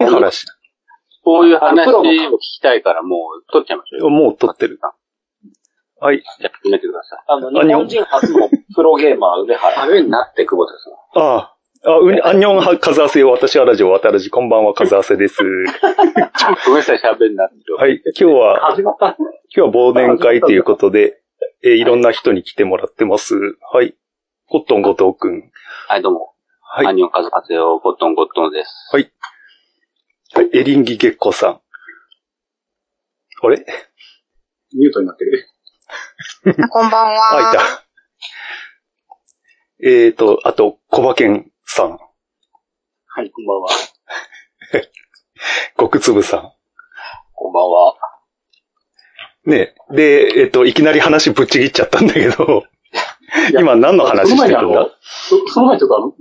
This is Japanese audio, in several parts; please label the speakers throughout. Speaker 1: え話。
Speaker 2: こういう話を聞きたいから、もう、撮っちゃいましょうよ。
Speaker 1: もう撮ってる。はい。
Speaker 2: じゃあ、決めてください。
Speaker 3: あの、日本人初のプロゲーマー、梅原。
Speaker 2: ダメになって、久保田さん。
Speaker 1: ああ。あ、うに、あんにょんは、かずあせよ、私はラジオ、わたらじ、こんばんは、かずあせ です。
Speaker 2: ごめんなさい、喋んなって。
Speaker 1: はい。今日は、
Speaker 3: 始まった。
Speaker 1: 今日は忘年会ということで、えーいろんな人に来てもらってます。はい。コットン後藤くん。
Speaker 2: はい、どうも。
Speaker 1: はい
Speaker 2: ア。ニオンカズカズよ、コットンゴットンです。
Speaker 1: はいエリンギ月光さん。あれ
Speaker 3: ミュートになってる。
Speaker 4: こんばん
Speaker 1: あ、い
Speaker 4: は。
Speaker 1: た。えーと、あと、小馬健さん、
Speaker 3: はい、こんばんは。
Speaker 1: 極粒さん。
Speaker 2: こんばんは。
Speaker 1: ねで、えっと、いきなり話ぶっちぎっちゃったんだけど、
Speaker 3: いや
Speaker 1: 今何の話してるん
Speaker 3: その前にあ
Speaker 1: だ
Speaker 3: のそその前にちょっとあの、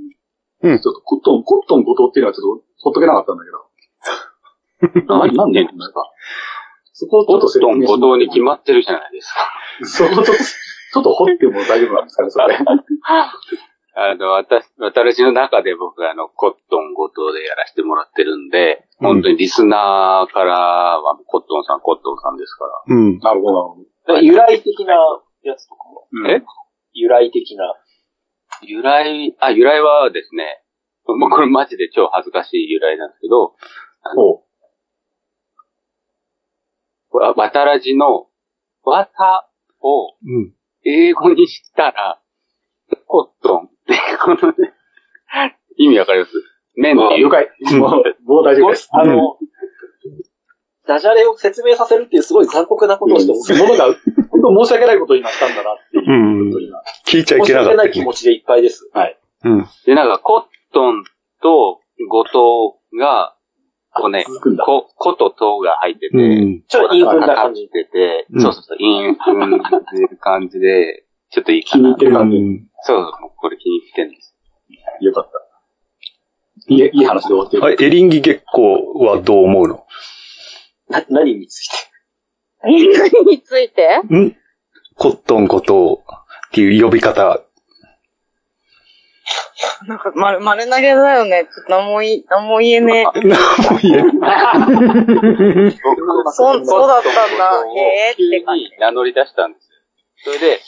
Speaker 1: うん
Speaker 3: ちょっとコットン、コットン後藤っていうのはちょっとほっとけなかったんだけ ど。ななんでなんですかそこをち
Speaker 2: コ
Speaker 3: ょっ
Speaker 2: ッ
Speaker 3: と説
Speaker 2: トン
Speaker 3: 明し
Speaker 2: ゴトンに決まってるじゃないですか。
Speaker 3: そこちょっと、ちょっと掘っても大丈夫なんですかね、そ れ。
Speaker 2: あの、私、私の中で僕はあの、コットンゴトンでやらせてもらってるんで、
Speaker 1: うん
Speaker 2: 本当にリスナーからはもうコットンさん、コットンさんですか
Speaker 1: うん。
Speaker 3: なるほど、なるほど。
Speaker 2: 由
Speaker 3: 来的なやつとかも。
Speaker 2: ら。え
Speaker 3: 由来的な。
Speaker 2: 由来、あ、由来はですね、もうこれマジで超恥ずかしい由来なんですけど、
Speaker 3: お
Speaker 2: わわたらじの、わた
Speaker 1: う
Speaker 2: を
Speaker 1: ん。
Speaker 2: 英語にしたら、コットン っていうこのね、意味わかります麺っていう
Speaker 3: 了解。もう、もう大丈夫 です。
Speaker 5: あの、ダジャレを説明させるっていうすごい残酷なことをしてます。
Speaker 3: ものが、本当申し訳ないことを今したんだなっていう。
Speaker 1: うん。聞いちゃい
Speaker 5: 申
Speaker 1: け
Speaker 5: し
Speaker 1: なか
Speaker 5: 訳
Speaker 1: った
Speaker 5: ない気
Speaker 1: ね、
Speaker 5: 持ちでいっぱいです。はい。
Speaker 1: うん。
Speaker 2: で、なんか、コットンと後藤が、こうね、
Speaker 3: 続くんだ。
Speaker 2: こ、こととが入ってて、
Speaker 1: うん。
Speaker 5: ちょっとインフンな
Speaker 2: か
Speaker 5: 感
Speaker 2: っ
Speaker 5: じ。
Speaker 2: てて、
Speaker 1: うん
Speaker 2: そうそうそう、インフンっていう感じで、ちょっといいか
Speaker 3: 気に入
Speaker 2: な
Speaker 3: っ。てる感じ。
Speaker 2: そうそう、これ気に入ってんです。
Speaker 3: よかった。いい、いい話で終わってる。
Speaker 1: はい、エリンギ月光はどう思うの
Speaker 5: な、何につい
Speaker 4: 何について
Speaker 1: んコットンことっていう呼び 方。
Speaker 4: なんか丸、丸投げだよね。ちょっと何もい、何も言えねえ。
Speaker 1: 何も言えん
Speaker 5: て
Speaker 4: そう、そうだったんだ。へえ
Speaker 2: 急
Speaker 4: って感じ。
Speaker 2: に名乗り出したんですよ。それで、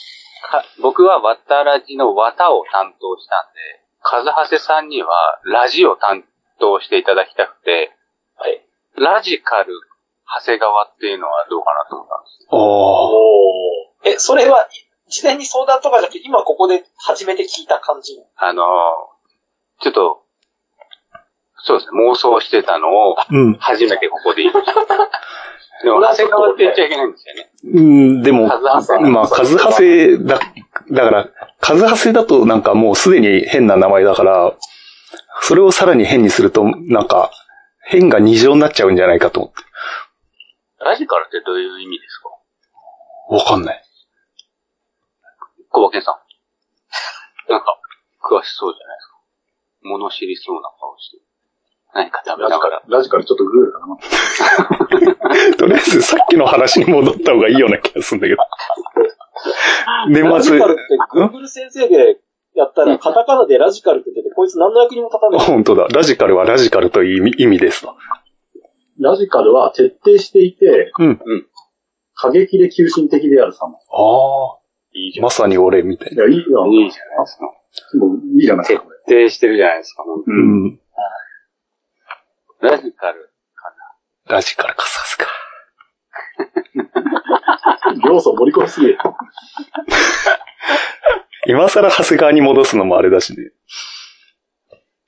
Speaker 2: か僕はわたらじのわたを担当したんで、かずはせさんにはラジを担当していただきたくて、
Speaker 5: はい
Speaker 2: ラジカル長谷川っていうのはどうかなと思ったんです。
Speaker 1: ああ。
Speaker 5: おーえ、それは、事前に相談とかじゃなくて、今ここで初めて聞いた感じ。
Speaker 2: あのーちょっと、そうですね、妄想してたのを
Speaker 1: うん
Speaker 2: 初めてここで 言いました。でも、長谷川って言っちゃいけないんですよね。
Speaker 1: うん。でも、
Speaker 2: カズハセ
Speaker 1: まあ、カズハセだ、だから、カズハセだとなんかもうすでに変な名前だから、それをさらに変にすると、なんか、変が二乗になっちゃうんじゃないかと思って。
Speaker 2: ラジカルってどういう意味ですか
Speaker 1: わかんない。
Speaker 2: 小馬健さん。なんか、詳しそうじゃないですか。物知りそうな顔して。何か食べ
Speaker 3: ラ
Speaker 2: な
Speaker 3: ジカ
Speaker 2: が
Speaker 3: ル
Speaker 2: ら。、
Speaker 3: ラジカルちょっとグーかな。
Speaker 1: とりあえずさっきの話に戻った方がいいような気がするんだけど。
Speaker 5: ラ
Speaker 1: 年
Speaker 5: ジ
Speaker 1: 末
Speaker 5: カ、ルって Google 先生でやったら、カタカナでラジカルって出て、こいつ何の役にも立たない。
Speaker 1: 本当だ、ラジカルはラジカルという意味意味ですと。
Speaker 3: ラジカルは徹底していて、
Speaker 1: うん
Speaker 2: うん
Speaker 3: 過激で急進的である様。
Speaker 1: あ
Speaker 2: いい
Speaker 1: あ、まさに俺みたい
Speaker 3: い
Speaker 1: な。
Speaker 3: や、いい、いや、
Speaker 2: いいじゃないですか。
Speaker 3: もういいじゃないですか、これ。
Speaker 2: 徹底してるじゃないですか。
Speaker 3: う。
Speaker 1: うんん。
Speaker 2: ラジカル。
Speaker 1: ラジカルかさすか。
Speaker 3: 要素盛り込みすぎる。
Speaker 1: 今更長谷川に戻すのもあれだしね。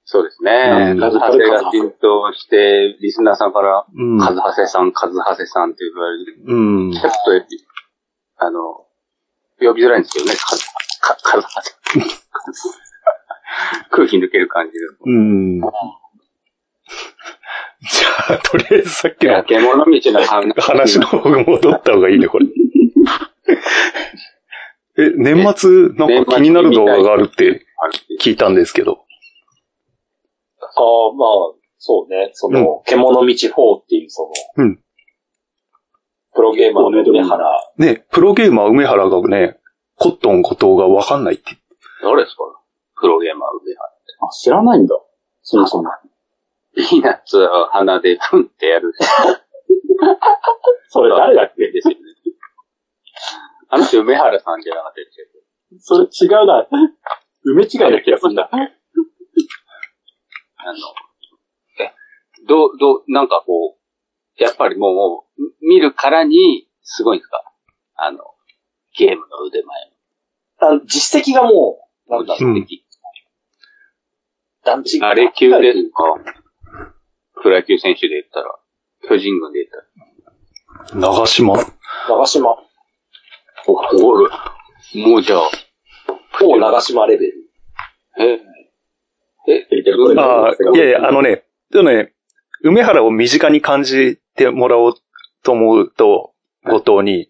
Speaker 2: そうですね。
Speaker 1: うん
Speaker 2: カズハセが浸透して、リスナーさんから、
Speaker 1: うん。
Speaker 2: カズハセさん、カズハセさんって言われる。
Speaker 1: うん。
Speaker 2: ちょっと、あの、呼びづらいんですけどね、カズ、カカ ズハセ。空気抜ける感じで。
Speaker 1: うん。 じゃあ、とりあえずさっきの
Speaker 2: 獣道の話
Speaker 1: 話の方に戻った方がいいね、こ れ。え、年末、なんか気になる動画があるって
Speaker 2: あるっていう
Speaker 1: 聞いたんですけど。
Speaker 5: ああ、まあ、そうね。その、獣道4っていう、その、
Speaker 1: うん
Speaker 5: プロゲーマーの梅原。
Speaker 1: ね、プロゲーマー梅原がね、コットン後藤がわかんないって。
Speaker 2: 誰ですかプロゲーマー、上原。
Speaker 3: あ、知らないんだ。そもそも。
Speaker 2: ピーナッツを鼻でフンってやる。
Speaker 5: それ誰だっけ
Speaker 2: ですよね。あの人、梅原さんじゃなかったですけ
Speaker 5: それ違うな。梅違いな気がするんだ。
Speaker 2: ど、あの、え、どう、どう、なんかこう、やっぱりもう、み見るからに、すごいんですかあの、ゲームの腕前
Speaker 5: あ実績がもう、なんだろう、
Speaker 2: の的。
Speaker 5: 団地
Speaker 2: あれ級ですかプロ野球選手で言ったら、巨人軍で言ったら。
Speaker 1: 長島。
Speaker 5: 長島。も
Speaker 2: お、おる。もうじゃあ、
Speaker 5: う長島レベル。
Speaker 2: え、え、
Speaker 1: ああ、いやいや、あのね、でもね、梅原を身近に感じてもらおうと思うと、後藤に、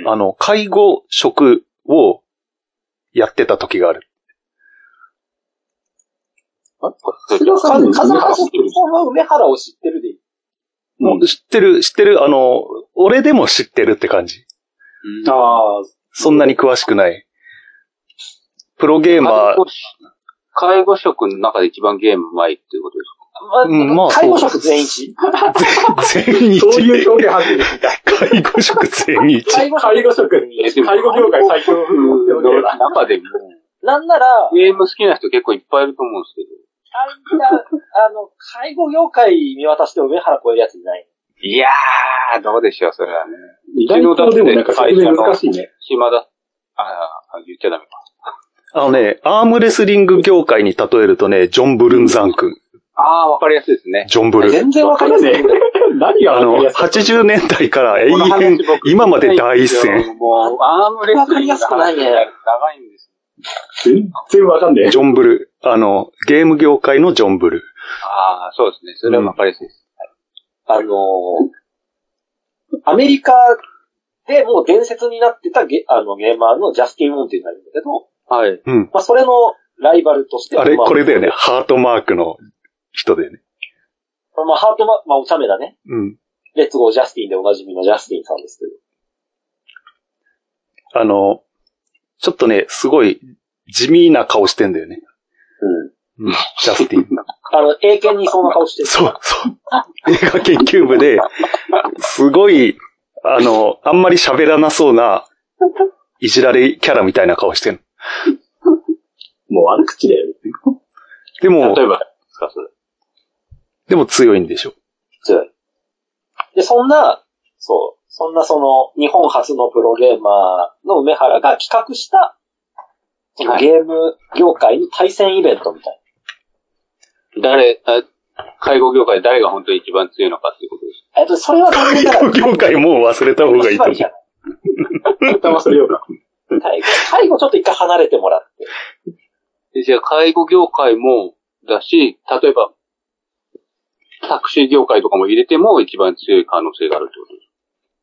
Speaker 2: うん
Speaker 1: あの、介護職をやってた時がある。
Speaker 5: 菅さん、
Speaker 3: うん
Speaker 5: 風間さんは梅原を知ってるでいい。
Speaker 3: うん
Speaker 1: もう知ってる、知ってる、あの、俺でも知ってるって感じ。
Speaker 2: あ
Speaker 5: ああ、
Speaker 1: そんなに詳しくない。プロゲーマー
Speaker 2: 介、護士介護職の中で一番ゲームうまいっていうことです
Speaker 1: うんまあ
Speaker 5: 介護職全員一。
Speaker 1: 全日、
Speaker 3: そういう表現初めて聞いた。
Speaker 1: 介護職全日。
Speaker 5: 介護
Speaker 3: 介護職、
Speaker 2: えで
Speaker 3: 介
Speaker 2: も
Speaker 3: 護業界最強の表現
Speaker 2: か中でも、
Speaker 5: なんなら、あれ
Speaker 2: ゲーム好きな人結構いっぱいいると思うんですけど。
Speaker 5: あの、介護業界見渡して梅原超えるやついない。
Speaker 2: いやー、どうでしょう、それはね。
Speaker 3: 意外とでもなんか説明難しいね。
Speaker 2: 暇だ。あー、言っちゃダメか。
Speaker 1: あのね、アームレスリング業界に例えるとね、ジョン・ブルンザン君。
Speaker 2: あー、わかりやすいですね。
Speaker 1: ジョン・ブルン。
Speaker 5: 全然わかりません ね。
Speaker 3: 何が
Speaker 1: あ
Speaker 3: わか
Speaker 1: の
Speaker 3: り、やすい
Speaker 1: 80年代から永
Speaker 2: この話
Speaker 1: 遠、
Speaker 2: 僕
Speaker 1: 今まで第一線。。
Speaker 2: もう、アームレスリングの話
Speaker 5: わかりやすくないね
Speaker 2: 長いんですよ。
Speaker 3: 全然わかんねえ
Speaker 1: ジ。ョンブル。あの、ゲーム業界のジョンブル。
Speaker 2: あー、そうですね。それはわかりやすいです。
Speaker 5: あのーアメリカでもう伝説になってたゲあのゲーマーのジャスティン・ウォンっていうのがいるんだけど、
Speaker 2: はい。
Speaker 1: うん。
Speaker 5: まあ、それのライバルとして、
Speaker 1: あれ、
Speaker 5: ま
Speaker 1: これだよね。。ハートマークの人でね。
Speaker 5: まあ、ハートマ、まあ、おちゃめだね。
Speaker 1: うん。
Speaker 5: レッツゴージャスティンでおなじみのジャスティンさんですけど。
Speaker 1: あの、ちょっとね、すごい地味な顔してんだよね。
Speaker 5: うん。
Speaker 1: うん。ジャスティン。
Speaker 5: あの、英検にいそうな顔してる。
Speaker 1: そう、そう。映画研究部で、すごい、あの、あんまり喋らなそうな、いじられキャラみたいな顔してる。
Speaker 3: もう悪口だよ。
Speaker 1: でも、
Speaker 2: 例えば、ですか、それ。
Speaker 1: でも強いん でしょ。
Speaker 5: 強い。で、そんな、そう、そんなその、日本初のプロゲーマーの梅原が企画した、その
Speaker 2: はい
Speaker 5: ゲーム業界の対戦イベントみたい
Speaker 2: 誰、あ介護業界で誰が本当に一番強いのかっていうことです。
Speaker 5: な。えっと、それは残念ながら、
Speaker 1: 業界もう忘れた方がいいと思
Speaker 5: 縛
Speaker 1: う
Speaker 5: りじ。ゃない
Speaker 3: 騙されようか。
Speaker 5: 介護、介護ちょっと一回離れてもらって。
Speaker 2: でじゃあ、介護業界もだし、例えば、タクシー業界とかも入れても一番強い可能性があるってことです。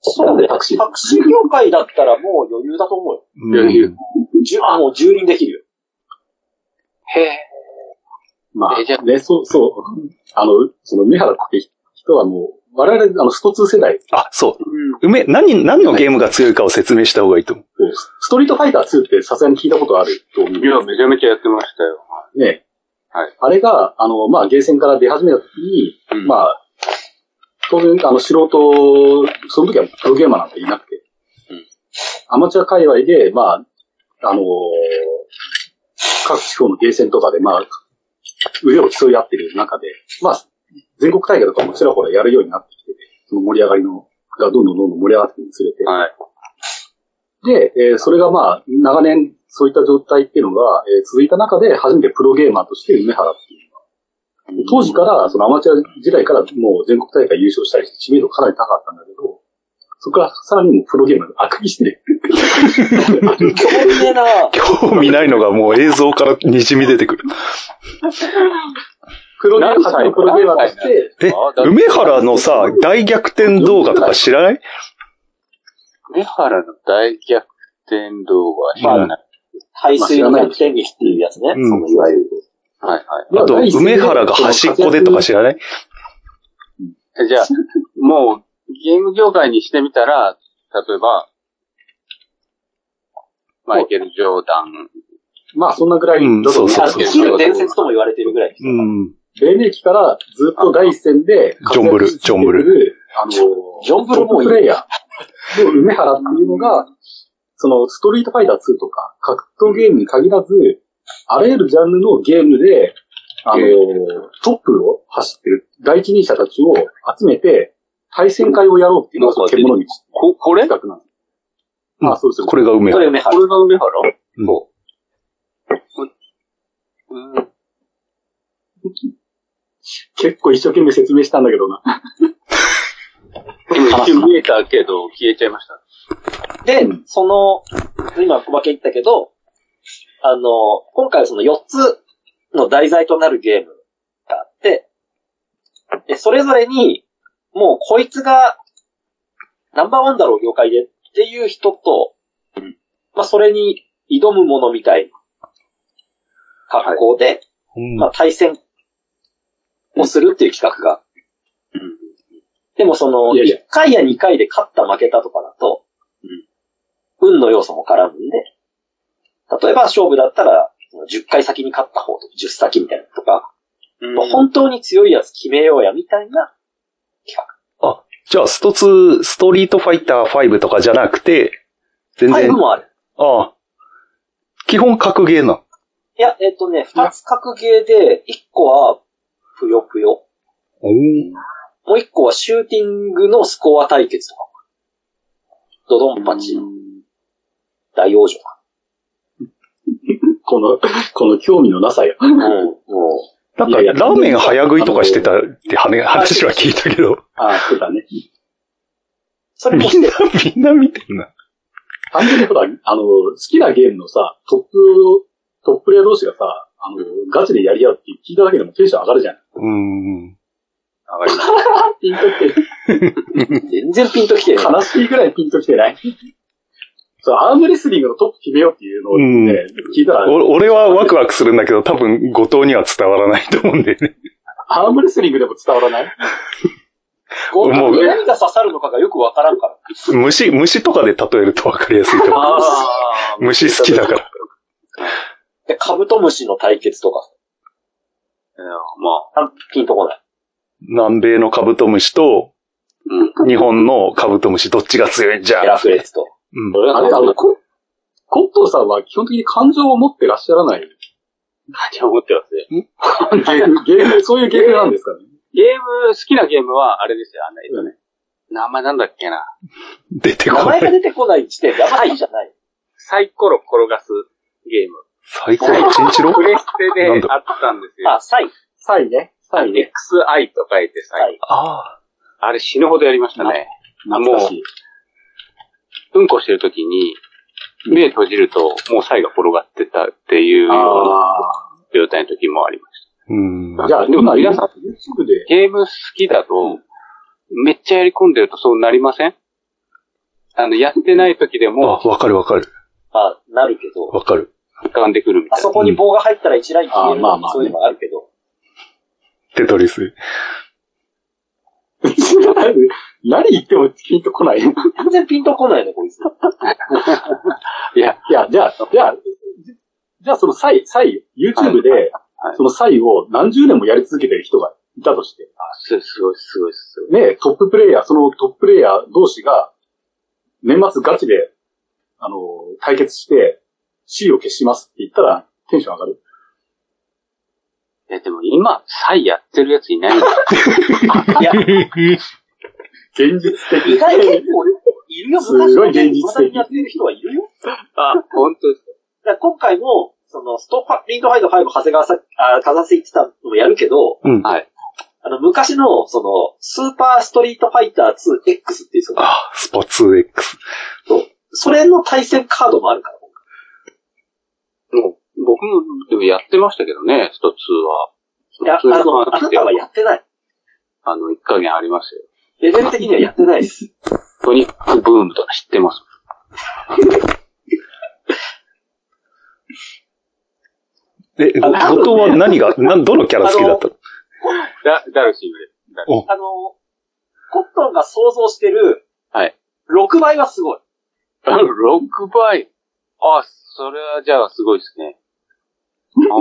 Speaker 5: そうね、タクシー。タクシー業界だったらもう余裕だと思うよ。
Speaker 2: 余裕
Speaker 5: じゅあ、もう蹂躙できるよ。
Speaker 2: へえ。
Speaker 3: ま
Speaker 2: えじゃあ
Speaker 3: あ、ね、そう、そう。あの、その、梅原って人はもう、我々、あの、スト2世代、
Speaker 1: あ、そう。梅、何、何のゲームが強いかを説明した方がいいと思う。
Speaker 3: ストリートファイター2ってさすがに聞いたことあると思う。
Speaker 2: いや、めちゃめちゃやってましたよ。
Speaker 3: ね。
Speaker 2: はい。
Speaker 3: あれが、あの、まあ、ゲーセンから出始めた時に、
Speaker 2: うん
Speaker 3: まあ、当然、あの、素人、その時はプロゲーマーなんていなくて、
Speaker 2: うん
Speaker 3: アマチュア界隈で、まあ、あのー各地方のゲーセンとかで、まあ、腕を競い合ってる中で、まあ、全国大会とかもちらほらやるようになってきてて、その盛り上がりの、がどんどんどんどん盛り上がっていくにつれて、
Speaker 2: はい。
Speaker 3: で、えーそれがまあ、長年そういった状態っていうのが、えー続いた中で、初めてプロゲーマーとして梅原っていうのが、当時から、そのアマチュア時代からもう全国大会優勝したりして知名度かなり高かったんだけど、そこからさらにもうプロゲーマーが悪意してる。
Speaker 5: 強烈な、
Speaker 1: 興味ないのがもう映像から滲み出てくる。
Speaker 3: プロゲーマー、
Speaker 2: 何歳
Speaker 3: 初のプロゲーマーとして、
Speaker 1: え、梅原のさ、大逆転動画とか知らない
Speaker 2: 梅原の大逆転動画は知らない。
Speaker 5: 排水の逆転劇っていうやつね。
Speaker 1: うん
Speaker 5: そのいわゆる。
Speaker 2: はいは
Speaker 1: あと、梅原が端っこでとか知らない
Speaker 2: い。えじゃあ、もう、ゲーム業界にしてみたら、例えば、マイケル・ジョーダン、
Speaker 3: まあ、そんなぐらいだと思
Speaker 1: うん
Speaker 3: う
Speaker 1: そう
Speaker 5: あ
Speaker 1: そう
Speaker 5: の
Speaker 1: そう
Speaker 5: 生きる伝説とも言われてるぐらい。
Speaker 1: うん。
Speaker 3: 黎明期からずっと第一線で活躍し続けてる、
Speaker 1: ジョンブルジョンブル
Speaker 3: あの、
Speaker 5: ジョンブルも
Speaker 3: トップ
Speaker 5: いい
Speaker 3: プレイヤーの梅原っていうのが、その、ストリートファイター2とか、格闘ゲームに限らず、あらゆるジャンルのゲームで、あの、トップを走ってる第一人者たちを集めて、対戦会をやろうっていうのが、その獣道っていう
Speaker 2: こ、これ
Speaker 3: 企画なんです。
Speaker 1: うん
Speaker 3: あ、そうですよ。
Speaker 1: これが梅
Speaker 5: そ
Speaker 1: 原。
Speaker 5: れ梅
Speaker 2: こ
Speaker 5: 原。
Speaker 2: れが梅原
Speaker 1: うん
Speaker 2: うん。
Speaker 3: 結構一生懸命説明したんだけどな。
Speaker 2: 今一瞬見えたけど、消えちゃいました。
Speaker 5: で、その、今小馬け言ったけど、あの、今回はその4つの題材となるゲームがあって、で、それぞれに、もうこいつがナンバーワンだろう、業界でっていう人と、まあ、それに挑むものみたいな格好で、
Speaker 1: うん
Speaker 5: まあ、対戦をするっていう企画が。
Speaker 2: うん
Speaker 5: でもその、
Speaker 3: いやいや
Speaker 5: 1回や2回で勝った負けたとかだと、運の要素も絡むんで、例えば勝負だったら、その10回先に勝った方とか、10先みたいなのとか、もう本当に強いやつ決めようやみたいな、
Speaker 1: じゃあ、スト2、ストリートファイター5とかじゃなくて、全
Speaker 5: タイ
Speaker 1: 然
Speaker 5: ム、もある。
Speaker 1: ああ。基本格ゲーな。
Speaker 5: いや、えっ、とね、2つ格ゲーで、1個は、ぷよぷよ。
Speaker 1: おー
Speaker 5: もう1個はシューティングのスコア対決とか。ドドンパチ、大王女か。
Speaker 3: この、この興味のなさ や。
Speaker 5: うん、もう、
Speaker 1: なんか、
Speaker 3: いや
Speaker 1: ラ
Speaker 3: いや
Speaker 1: ーメン早食いとかしてたって話話は聞いたけど、
Speaker 3: あ、そうだね。
Speaker 5: それ
Speaker 1: み
Speaker 5: も
Speaker 1: ん
Speaker 5: し
Speaker 1: な
Speaker 5: て、、
Speaker 1: みんな見てんな。
Speaker 3: 単純にほら、あの、好きなゲームのさ、トップ、トップレイヤー同士がさ、あの、ガチでやり合うって聞いただけでもテンション上がるじゃん。
Speaker 1: うーん。
Speaker 2: 上がります。
Speaker 3: ピンときて、
Speaker 5: 全然ピンときてない。
Speaker 3: 悲しいぐらいピンときてない。そう、アームレスリングのトップ決めようっていうのをね、聞いたら、
Speaker 1: お俺はワクワクするんだけど、多分、後藤には伝わらないと思うんだよね。
Speaker 3: アームレスリングでも伝わらない
Speaker 5: ゴ
Speaker 1: もう
Speaker 5: 何が刺さるのかがよくわからんから。
Speaker 1: 虫、虫とかで例えるとわかりやすい と思う。
Speaker 2: あー
Speaker 1: 虫好きだから。
Speaker 5: で、カブトムシの対決とか、
Speaker 2: いやま
Speaker 5: あピンとこない。
Speaker 1: 南米のカブトムシと、日本のカブトムシ、どっちが強いんじゃ
Speaker 5: ヘラクレスと。
Speaker 1: うん。
Speaker 2: あ、
Speaker 3: あれ、あの、ココットーさんは基本的に感情を持ってらっしゃらない。
Speaker 2: 何を思ってますね。
Speaker 3: ゲー ム、ゲーム、そういうゲームなんですかね。
Speaker 2: ゲーム、好きなゲームは、あれですよ、あの、えっとね。名前なんだっけな。
Speaker 1: 出てこ
Speaker 5: 名
Speaker 1: な
Speaker 5: 前が
Speaker 1: い。
Speaker 5: 出てこない時点であんまりいいじゃ ない。
Speaker 2: サイコロ転がすゲー ム。
Speaker 1: 最高のチンチロ
Speaker 2: プレステ
Speaker 1: なん
Speaker 2: で
Speaker 1: だ
Speaker 2: あったんですよ
Speaker 5: あ、。サイ。
Speaker 3: サイね。サイね。
Speaker 2: XI と書いてサ
Speaker 5: は
Speaker 2: イ。
Speaker 5: い。
Speaker 1: ああ。
Speaker 2: あれ死ぬほどやりましたね。
Speaker 3: 懐かしい。
Speaker 2: うんこしてる時に、目閉じると、もうサイが転がってたっていうよ
Speaker 3: あ
Speaker 2: うな状態の時もありまし
Speaker 1: うん。
Speaker 3: あ。じゃあ、
Speaker 2: でも
Speaker 3: 今、
Speaker 2: 皆
Speaker 3: 皆
Speaker 2: さ
Speaker 3: さん、YouTube で
Speaker 2: た。ゲーム好きだと、めっちゃやり込んでるとそうなりませんあの、やってない時で
Speaker 1: あ、
Speaker 2: も
Speaker 1: わかるわかる。
Speaker 5: あ、なるけど。
Speaker 1: わかる。
Speaker 2: 浮かんでくるみ
Speaker 5: あ
Speaker 2: たいな
Speaker 5: そ。こに棒が入ったら一ライン消える
Speaker 3: あまあまあね
Speaker 5: そういうのがあるけど。
Speaker 1: テトリス。
Speaker 3: 何言ってもピンとこない。い
Speaker 5: 全然ピンとこないね、こい つ。
Speaker 3: や、いや、じゃあ、じゃあ、じゃあその際、際、YouTube で
Speaker 2: はい、
Speaker 3: その際を何十年もやり続けてる人がいたとして、
Speaker 2: すすごい、すごい、すごい。
Speaker 3: ね、トッププレイヤー、そのトッププレイヤー同士が、年末ガチで、あの、対決して、C を消しますって言ったら、テンション上がる。
Speaker 2: え、でも今、サイやってるやついないんだ。
Speaker 5: いや、
Speaker 3: 現実的。
Speaker 5: 意外結構いるよ。
Speaker 3: すごい現実的
Speaker 5: 昔のゲーム未だにやってる人はいるよ。
Speaker 2: あ、本当ですか
Speaker 5: だから今回も、その、ストファ、リンドファイド5、長谷川さん、あ、かざせ言ってたのもやるけど、
Speaker 1: うん。
Speaker 2: はい。
Speaker 5: あの、昔の、その、スーパーストリートファイター 2X っていう、その、
Speaker 1: あ、スポーツ X。
Speaker 5: それの対戦カードもあるから。
Speaker 2: もう、僕も、でもやってましたけどね、スト2は。
Speaker 5: いや、
Speaker 2: スト2
Speaker 5: あの、あなたはやってない。
Speaker 2: あの、一加減ありますよ。
Speaker 5: レベル的にはやってない です。
Speaker 2: トニックブームとか知ってます
Speaker 1: え、後藤は何 が、なんどのキャラ好きだったの
Speaker 2: だ、ダルシムです。ダルシ
Speaker 5: あの、コットンが想像してる、
Speaker 2: はい。
Speaker 5: 6倍はすごい。
Speaker 2: ム。6倍。あ、それはじゃあすごいですね。あ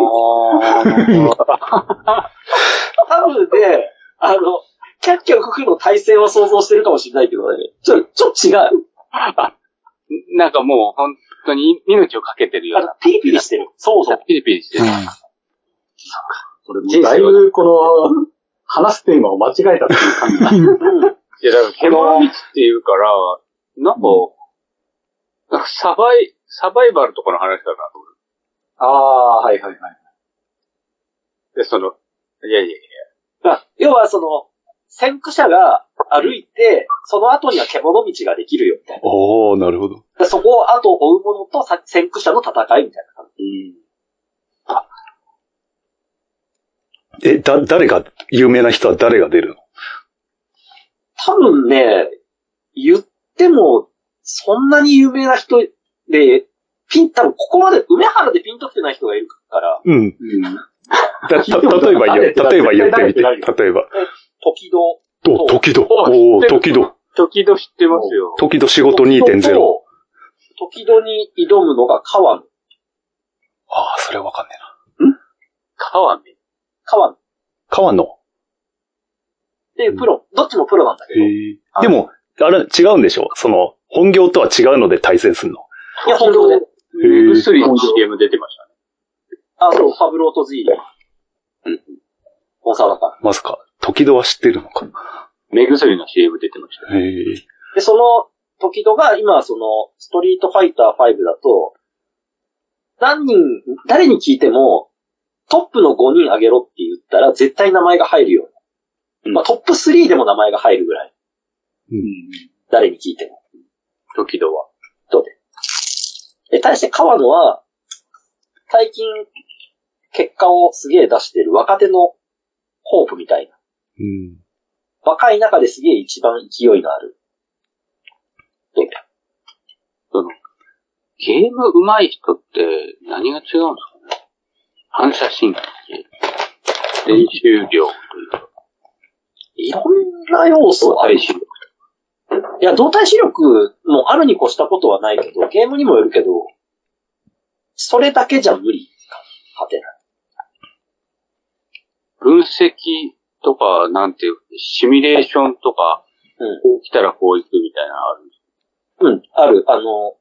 Speaker 5: 多分ね、あの、キャッキャウククの対戦を想像してるかもしれないけどね、ちょ、ちょっと違う。
Speaker 2: ーなんかもう本当に命をかけてるよ
Speaker 5: あ
Speaker 2: う
Speaker 5: の、ピリピリしてる。そうそ
Speaker 2: な
Speaker 5: う。。
Speaker 2: ピリピリしてる。
Speaker 3: これも
Speaker 2: 人
Speaker 3: だい
Speaker 2: 生を
Speaker 3: ぶこの、話すテーマを間違えたっていう感じが。
Speaker 5: うん。
Speaker 2: いや、だから、獣道っていうから、なんか、なんかサバイ、サバイバルとかの話だなと思っ
Speaker 3: ああ、はいはいは
Speaker 2: て。
Speaker 3: い。
Speaker 2: で、その、いやいやいや、
Speaker 5: あ要はその、先駆者が歩いて、その後には獣道ができるよ、みたいな。
Speaker 1: おー、なるほど。
Speaker 5: でそこを後を追う者とさ先駆者の戦いみたいな感じ。
Speaker 1: え、だ、誰が、有名な人は誰が出るの
Speaker 5: 多分ね、言っても、そんなに有名な人で、ピン、多分ここまで、梅原でピンときてない人がいるから、
Speaker 1: うん。
Speaker 3: うん。
Speaker 1: だ、た、例えば言う、例えば言ってみて。例えば。
Speaker 5: 時戸
Speaker 1: お、時戸。おー、時戸。
Speaker 2: 時々知ってますよ。
Speaker 1: 時戸仕事2.0。
Speaker 5: と時戸に挑むのが川野。
Speaker 1: ああ、それはわかんねえな。
Speaker 2: 川見。
Speaker 5: 川野。
Speaker 1: 川野。
Speaker 5: で、プロ、どっちもプロなんだけど。い
Speaker 1: えでも、あれ、違うんでしょその、本業とは違うので対戦するの。
Speaker 5: や、本当ね。
Speaker 2: 目薬の CM 出てましたね。
Speaker 5: あ、そう、ファブロート G で。大沢か。
Speaker 1: まさか、時戸は知ってるのか。
Speaker 2: 目薬の CM 出てましたね。
Speaker 1: へえ。
Speaker 5: で、その、時戸が今、その、ストリートファイター5だと、何人、誰に聞いても、トップの5人あげろって言ったら、絶対名前が入るような。まあ、トップ3でも名前が入るぐらい。
Speaker 1: うん。
Speaker 5: 誰に聞いても。
Speaker 2: 時々は。
Speaker 5: で、対して川野は、最近、結果をすげえ出してる若手のホープみたいな。
Speaker 1: うん。
Speaker 5: 若い中ですげえ一番勢いのある。で
Speaker 2: ゲーム上手い人って何が違うんですかね反射神経。練習量というか、
Speaker 5: いろんな要素ある
Speaker 2: 体
Speaker 5: し
Speaker 2: 重。
Speaker 5: いや、動体視力もあるに越したことはないけど、ゲームにもよるけど、それだけじゃ無理。勝てない。
Speaker 2: 分析とか、なんていう、シミュレーションとか、
Speaker 5: うん
Speaker 2: こう来たらこう行くみたいなのあるんです
Speaker 5: うん、ある。あの、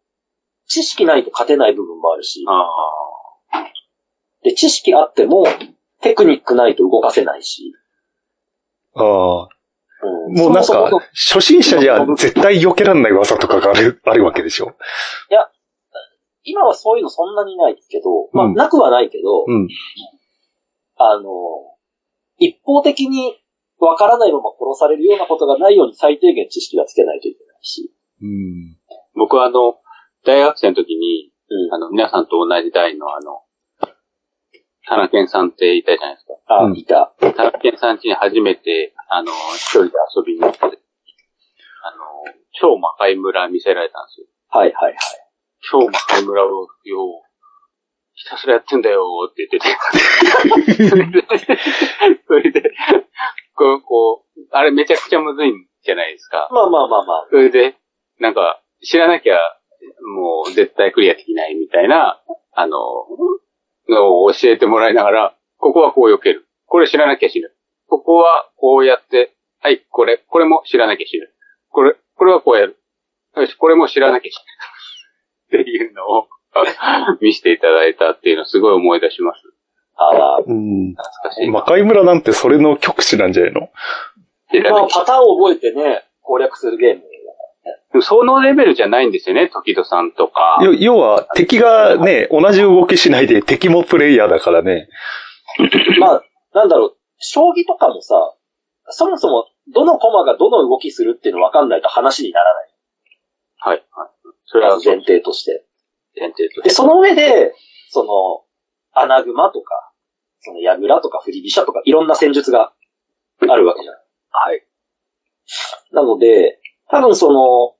Speaker 5: 知識ないと勝てない部分もあるし、
Speaker 2: ああ。
Speaker 5: で、知識あっても、テクニックないと動かせないし、
Speaker 1: ああ。
Speaker 5: うん、
Speaker 1: もうなん
Speaker 5: そもそも
Speaker 1: か、初心者じゃ絶対避けられない技とかがある、あるわけでしょ。
Speaker 5: 今はそういうのそんなにないけど、まあ、
Speaker 1: うん
Speaker 5: なくはないけど、
Speaker 1: うん。
Speaker 5: あの、一方的にわからないまま殺されるようなことがないように最低限知識はつけないといけないし、
Speaker 1: うん。
Speaker 2: 僕はあの、大学生の時に、
Speaker 5: うん
Speaker 2: あの、皆さんと同じ代のあの、田中健さんっていたじゃないですか。
Speaker 5: あ、
Speaker 1: うん
Speaker 5: いた。
Speaker 2: タラケンさん家に初めて、あの、一人で遊びに行って、あの、超魔界村見せられたんですよ。
Speaker 5: はいはいはい。
Speaker 2: 超魔界村を、よう、ひたすらやってんだよーって言ってて。それで、それで、こう、こう、あれめちゃくちゃむずいんじゃないですか。
Speaker 5: まあまあまあまあ。
Speaker 2: それで、なんか、知らなきゃ、もう絶対クリアできないみたいな、あの、のを教えてもらいながら、ここはこう避ける。これ知らなきゃ死ぬ。ここはこうやって、はい、これ、これも知らなきゃ死ぬ。これ、これはこうやる。よし、これも知らなきゃ死ぬ。 っていうのを見せていただいたっていうのをすごい思い出します。
Speaker 5: ああ、
Speaker 1: うん。
Speaker 2: 懐かしい。
Speaker 1: 魔界村なんてそれの極致なんじゃないの
Speaker 2: 知ら
Speaker 5: ま
Speaker 2: な
Speaker 5: あ、
Speaker 2: きゃ
Speaker 5: パターンを覚えてね、攻略するゲーム。
Speaker 2: でもそのレベルじゃないんですよね、時戸さんとか。
Speaker 1: よ要は、敵がね、同じ動きしないで敵もプレイヤーだからね。
Speaker 5: まあ、なんだろう、将棋とかもさ、そもそも、どの駒がどの動きするっていうの分かんないと話にならない。
Speaker 2: はい。はいそれは
Speaker 5: まず前提として。
Speaker 2: 前提として
Speaker 5: で、その上で、その、穴熊とか、その、矢倉とか振り飛車とか、いろんな戦術があるわけじゃん。はい。なので、多分その、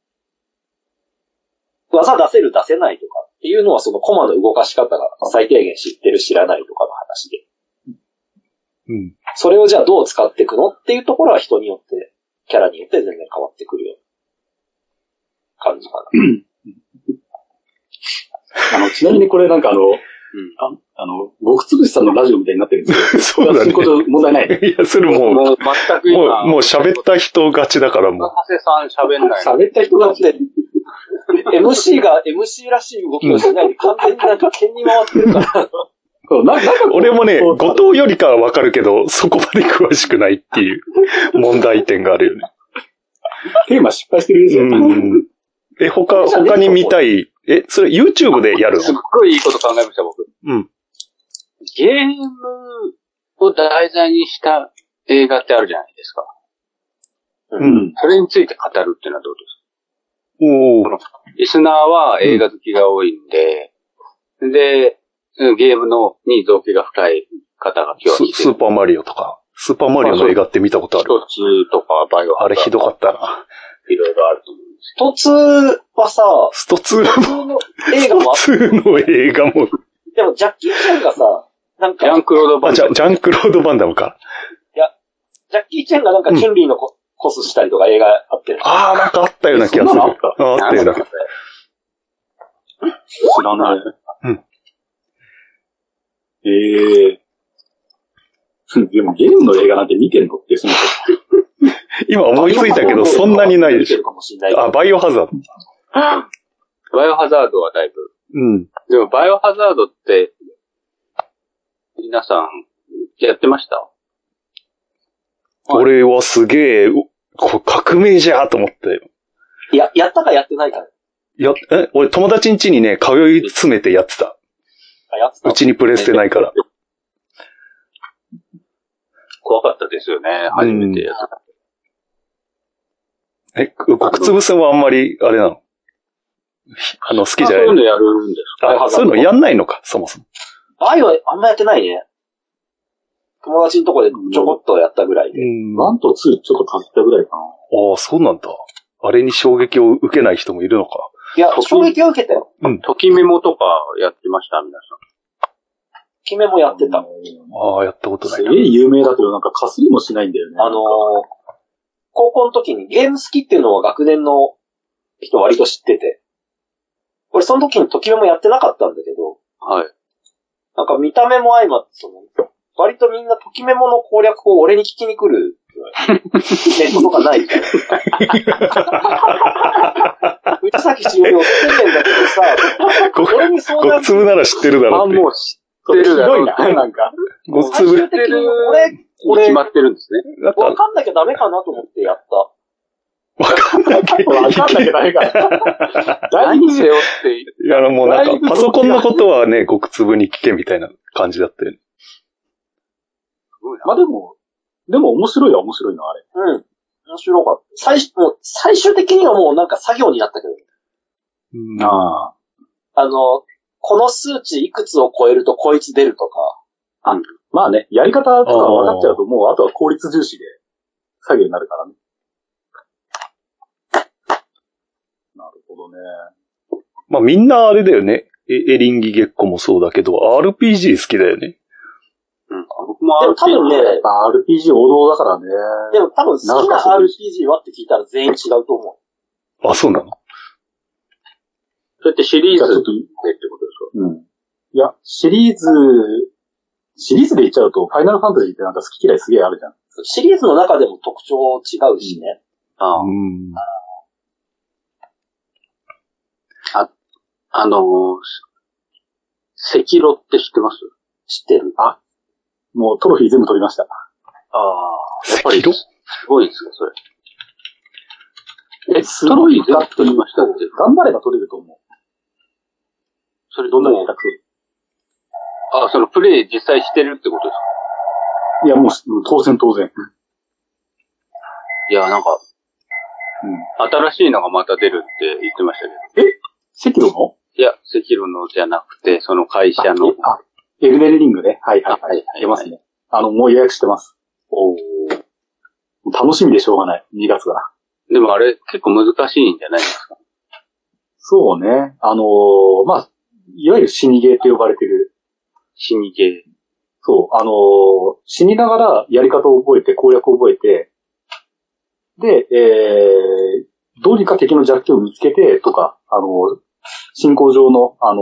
Speaker 5: 技出せる出せないとかっていうのはその駒の動かし方が最低限知ってる知らないとかの話で。
Speaker 1: うん。
Speaker 5: それをじゃあどう使っていくのっていうところは人によって、キャラによって全然変わってくるような感じかな。
Speaker 3: あの、ちなみにこれなんかあの、ああの、僕つぐしさんのラジオみたいになってるんですよ。
Speaker 1: そうだ
Speaker 3: 進
Speaker 1: ね
Speaker 3: 行。上問 題ない。
Speaker 1: いや、それもう、も
Speaker 2: もう全く
Speaker 1: う、
Speaker 2: 今、
Speaker 1: もう喋った人勝ちだから も
Speaker 2: 長谷さん喋んないの。
Speaker 3: 喋った人
Speaker 5: だ
Speaker 3: が
Speaker 5: っ、 て、MC が MC らしい動きをしないで完全になんか剣に回ってるから。
Speaker 3: そうなんか
Speaker 1: う。
Speaker 3: こう
Speaker 1: 俺もね、
Speaker 3: そう
Speaker 1: 後藤よりかはわかるけど、そこまで詳しくないって いう問題点があるよね。
Speaker 3: テーマ失敗してるでしょ。
Speaker 1: うん。え、他、他に見たい。え、それ YouTube でやる
Speaker 2: すっ
Speaker 1: の
Speaker 2: ごいいいこと考えました、僕。
Speaker 1: うん。
Speaker 2: ゲームを題材にした映画ってあるじゃないですか。
Speaker 1: うん。
Speaker 2: それについて語るっていうのはどうです
Speaker 1: おー。
Speaker 2: かリスナーは映画好きが多いんで、で、ゲームのに造形が深い方が今日
Speaker 1: ス
Speaker 2: は来て
Speaker 1: スーパーマリオとか。スーパーマリオの映画って見たことある。
Speaker 2: 一つとかバイオハ
Speaker 1: あれひどか
Speaker 2: っ
Speaker 1: ったな。
Speaker 2: た。いろいろあると思うんです
Speaker 5: 一つはさ、
Speaker 1: スト2
Speaker 5: 普
Speaker 1: の、
Speaker 5: 通の映画もあっ
Speaker 1: スト2の映画も。
Speaker 5: でもジャッキー・チェンがさ、なん
Speaker 2: け
Speaker 5: か
Speaker 2: ど。ジ、ャンクロードバ
Speaker 1: あ、
Speaker 2: ン
Speaker 1: じ
Speaker 2: ダ
Speaker 1: ゃ
Speaker 2: ム、
Speaker 1: ジャンクロード・バンダムか。
Speaker 5: ジャッキー・チェンがなんかチュンリーのコ,、コスしたりとか映画あってる。
Speaker 1: あー、なんかあったような気がす
Speaker 3: そん
Speaker 1: る。あ
Speaker 3: なのあった
Speaker 1: ーあったような。
Speaker 3: 知らない。
Speaker 1: うん。
Speaker 3: ええー。 でもゲームの映画なんて見てんのって、その、
Speaker 1: 今思いついたけど、そんなにないで
Speaker 5: 見て
Speaker 1: し
Speaker 5: るかもしんないけ
Speaker 1: ょ。
Speaker 5: ど
Speaker 1: あ、バイオハザード。
Speaker 2: バイオハザードはだいぶ
Speaker 1: うん。
Speaker 2: でも、バイオハザードって、皆さん、やってましたはい
Speaker 1: 俺はすげえ、こ革命じゃーと思って。
Speaker 5: いや、やったかやってないか。
Speaker 1: や、え、俺友達ん家にね、通い詰めてやってた。
Speaker 5: あやってた
Speaker 1: うちにプレステないから。
Speaker 2: 怖かったですよね、初めて。
Speaker 1: え、国粒さんはあんまり、あれなのあの、好きじゃ
Speaker 2: そういう
Speaker 1: ない
Speaker 2: のやるんですか
Speaker 1: あ、そういうのやんないのか、そもそも。
Speaker 5: バイオあんまやってないね。友達のとこでちょこっとやったぐらい
Speaker 1: う
Speaker 5: で。
Speaker 1: ん
Speaker 3: 1と2ちょっと足ったぐらいかな。
Speaker 1: ああ、そうなんだ。あれに衝撃を受けない人もいるのか。
Speaker 5: いや、衝撃を受けたよ。
Speaker 2: ときメモとかやってました、皆さん。
Speaker 5: キメもやってた。
Speaker 1: ああ、やったことな
Speaker 3: す
Speaker 1: い
Speaker 3: げえ有名だけど、なんかかすりもしないんだよね。
Speaker 5: あのー、高校の時にゲーム好きっていうのは学年の人割と知ってて。俺その時にときめもやってなかったんだけど、
Speaker 2: はい。
Speaker 5: なんか見た目も相まって、その、割とみんなときめもの攻略法を俺に聞きに来る。ネットとかないみたい な。藤崎しおりをってんだけどさ、
Speaker 1: ご
Speaker 5: 俺に相
Speaker 1: ご
Speaker 5: 談
Speaker 1: くつぶなら知ってるだろ
Speaker 2: あ、
Speaker 1: うって。
Speaker 2: もう知
Speaker 3: そ
Speaker 2: っ
Speaker 3: れ
Speaker 2: てるだ
Speaker 3: ひど
Speaker 2: ろ
Speaker 3: いうな、なんか。
Speaker 1: ごくつ
Speaker 5: 最
Speaker 1: ぶ
Speaker 5: 終、的に俺、
Speaker 2: 決
Speaker 5: 俺、
Speaker 2: まってるんですね。
Speaker 1: なんか、
Speaker 5: わ
Speaker 1: わ
Speaker 5: かんなきゃダメかなと思ってやった。
Speaker 1: かんないけど。
Speaker 3: わかんなきゃダメか
Speaker 2: 何
Speaker 3: 大事
Speaker 2: 背負って、
Speaker 1: いや、もうなんか、パソコンのことはね、ごくつぶに聞けみたいな感じだったよね。
Speaker 3: まあでも、でも面白いは面白いな、あれ。
Speaker 5: うん。面白かった。最終、もう最終的にはもうなんか作業になったけど、
Speaker 1: うん
Speaker 3: ああ。
Speaker 5: あの、この数値いくつを超えるとこいつ出るとか、
Speaker 3: まあね、やり方とか分かっちゃうと、もうあとは効率重視で作業になるからね。なるほどね。
Speaker 1: まあみんなあれだよね。えエリンギゲッコもそうだけど、RPG 好きだよね。
Speaker 2: うん。僕も
Speaker 5: で
Speaker 2: あ
Speaker 5: も
Speaker 2: る
Speaker 5: 多分ね、
Speaker 3: やっぱ RPG 王道だからね。
Speaker 5: でも多分好きな
Speaker 3: なんかそういう
Speaker 5: RPG はって聞いたら全員違うと思
Speaker 1: あ、そうなの
Speaker 2: そうやってシリー
Speaker 3: じ
Speaker 2: ズ
Speaker 3: ゃあ
Speaker 2: でっ
Speaker 3: ちょって、
Speaker 2: ことと
Speaker 3: うん。いや、シリーズ、シリーズで言っちゃうと、ファイナルファンタジーってなんか好き嫌いすげえあるじゃん。
Speaker 5: う。シリーズの中でも特徴違うしね。
Speaker 1: うん。
Speaker 2: あのー、赤炉って知ってます
Speaker 5: 知ってる。
Speaker 3: もうトロフィー全部取りました。
Speaker 2: ああ。やっぱり、
Speaker 1: 赤炉
Speaker 2: すごいですよ、それ。え、
Speaker 3: す
Speaker 2: トロ
Speaker 3: ご
Speaker 2: フィ
Speaker 3: い
Speaker 2: ー全部取りましたって。
Speaker 3: 頑張れば取れると思う。
Speaker 2: それ
Speaker 3: どんなに
Speaker 2: もう
Speaker 3: 下手く
Speaker 2: あ、そのプレイ実際してるってことですか
Speaker 3: そで。いや、もうし当然当然。
Speaker 2: いや、なんか、新しいのがまた出るって言ってましたけど。
Speaker 3: 赤炉の
Speaker 2: いや、セキロのじゃなくて、その会社の。
Speaker 3: あ、エルデンリングね。はいはい
Speaker 2: あ
Speaker 3: は
Speaker 2: はいい。
Speaker 3: 出ますね。あの、もう予約してます。お楽しみでしょうがない。2月が。
Speaker 2: でもあれ、結構難しいんじゃないですか
Speaker 3: そうね。あのーまあ、いわゆる死にゲーって呼ばれてる。
Speaker 2: 死にゲー。
Speaker 3: そう。あのー死にながらやり方を覚えて、攻略を覚えて、で、えー、どうにか敵の弱点を見つけてとか、あのー進行上の、あの、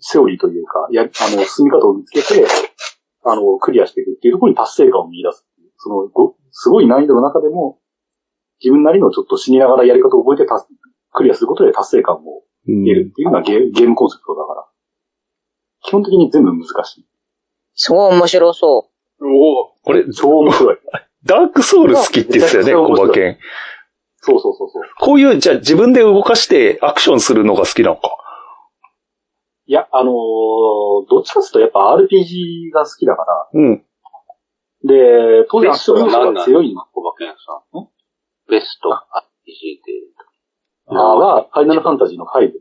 Speaker 3: セオリーというか、や、あの、進み方を見つけて、あの、クリアしていくっていうところに達成感を見出すっていう。その、ご、すごい難易度の中でも、自分なりのちょっと死にながらやり方を覚えてた、クリアすることで達成感を
Speaker 1: うん
Speaker 3: 得るっていうのがゲゲームコンセプトだから。基本的に全部難しい。
Speaker 4: すごい面白そ
Speaker 2: おお
Speaker 1: これ、
Speaker 3: 超面白い。
Speaker 1: ダークソウル好きって言ってたよね、
Speaker 3: そう
Speaker 1: コバケン。
Speaker 3: そうそうそうそう。
Speaker 1: こういう、じゃあ自分で動かしてアクションするのが好きなのか。
Speaker 3: いや、あのーどっちかっていうとやっぱ RPG が好きだから、
Speaker 1: うん。
Speaker 3: で、当
Speaker 2: ベ
Speaker 3: 然アク
Speaker 2: ス
Speaker 3: ショ
Speaker 2: トは
Speaker 3: ン要素
Speaker 2: 何
Speaker 3: が
Speaker 2: な
Speaker 3: 強
Speaker 2: の
Speaker 3: いの
Speaker 2: 小馬健さん。ベスト RPG で。
Speaker 3: は、ファイナルファンタジーの5。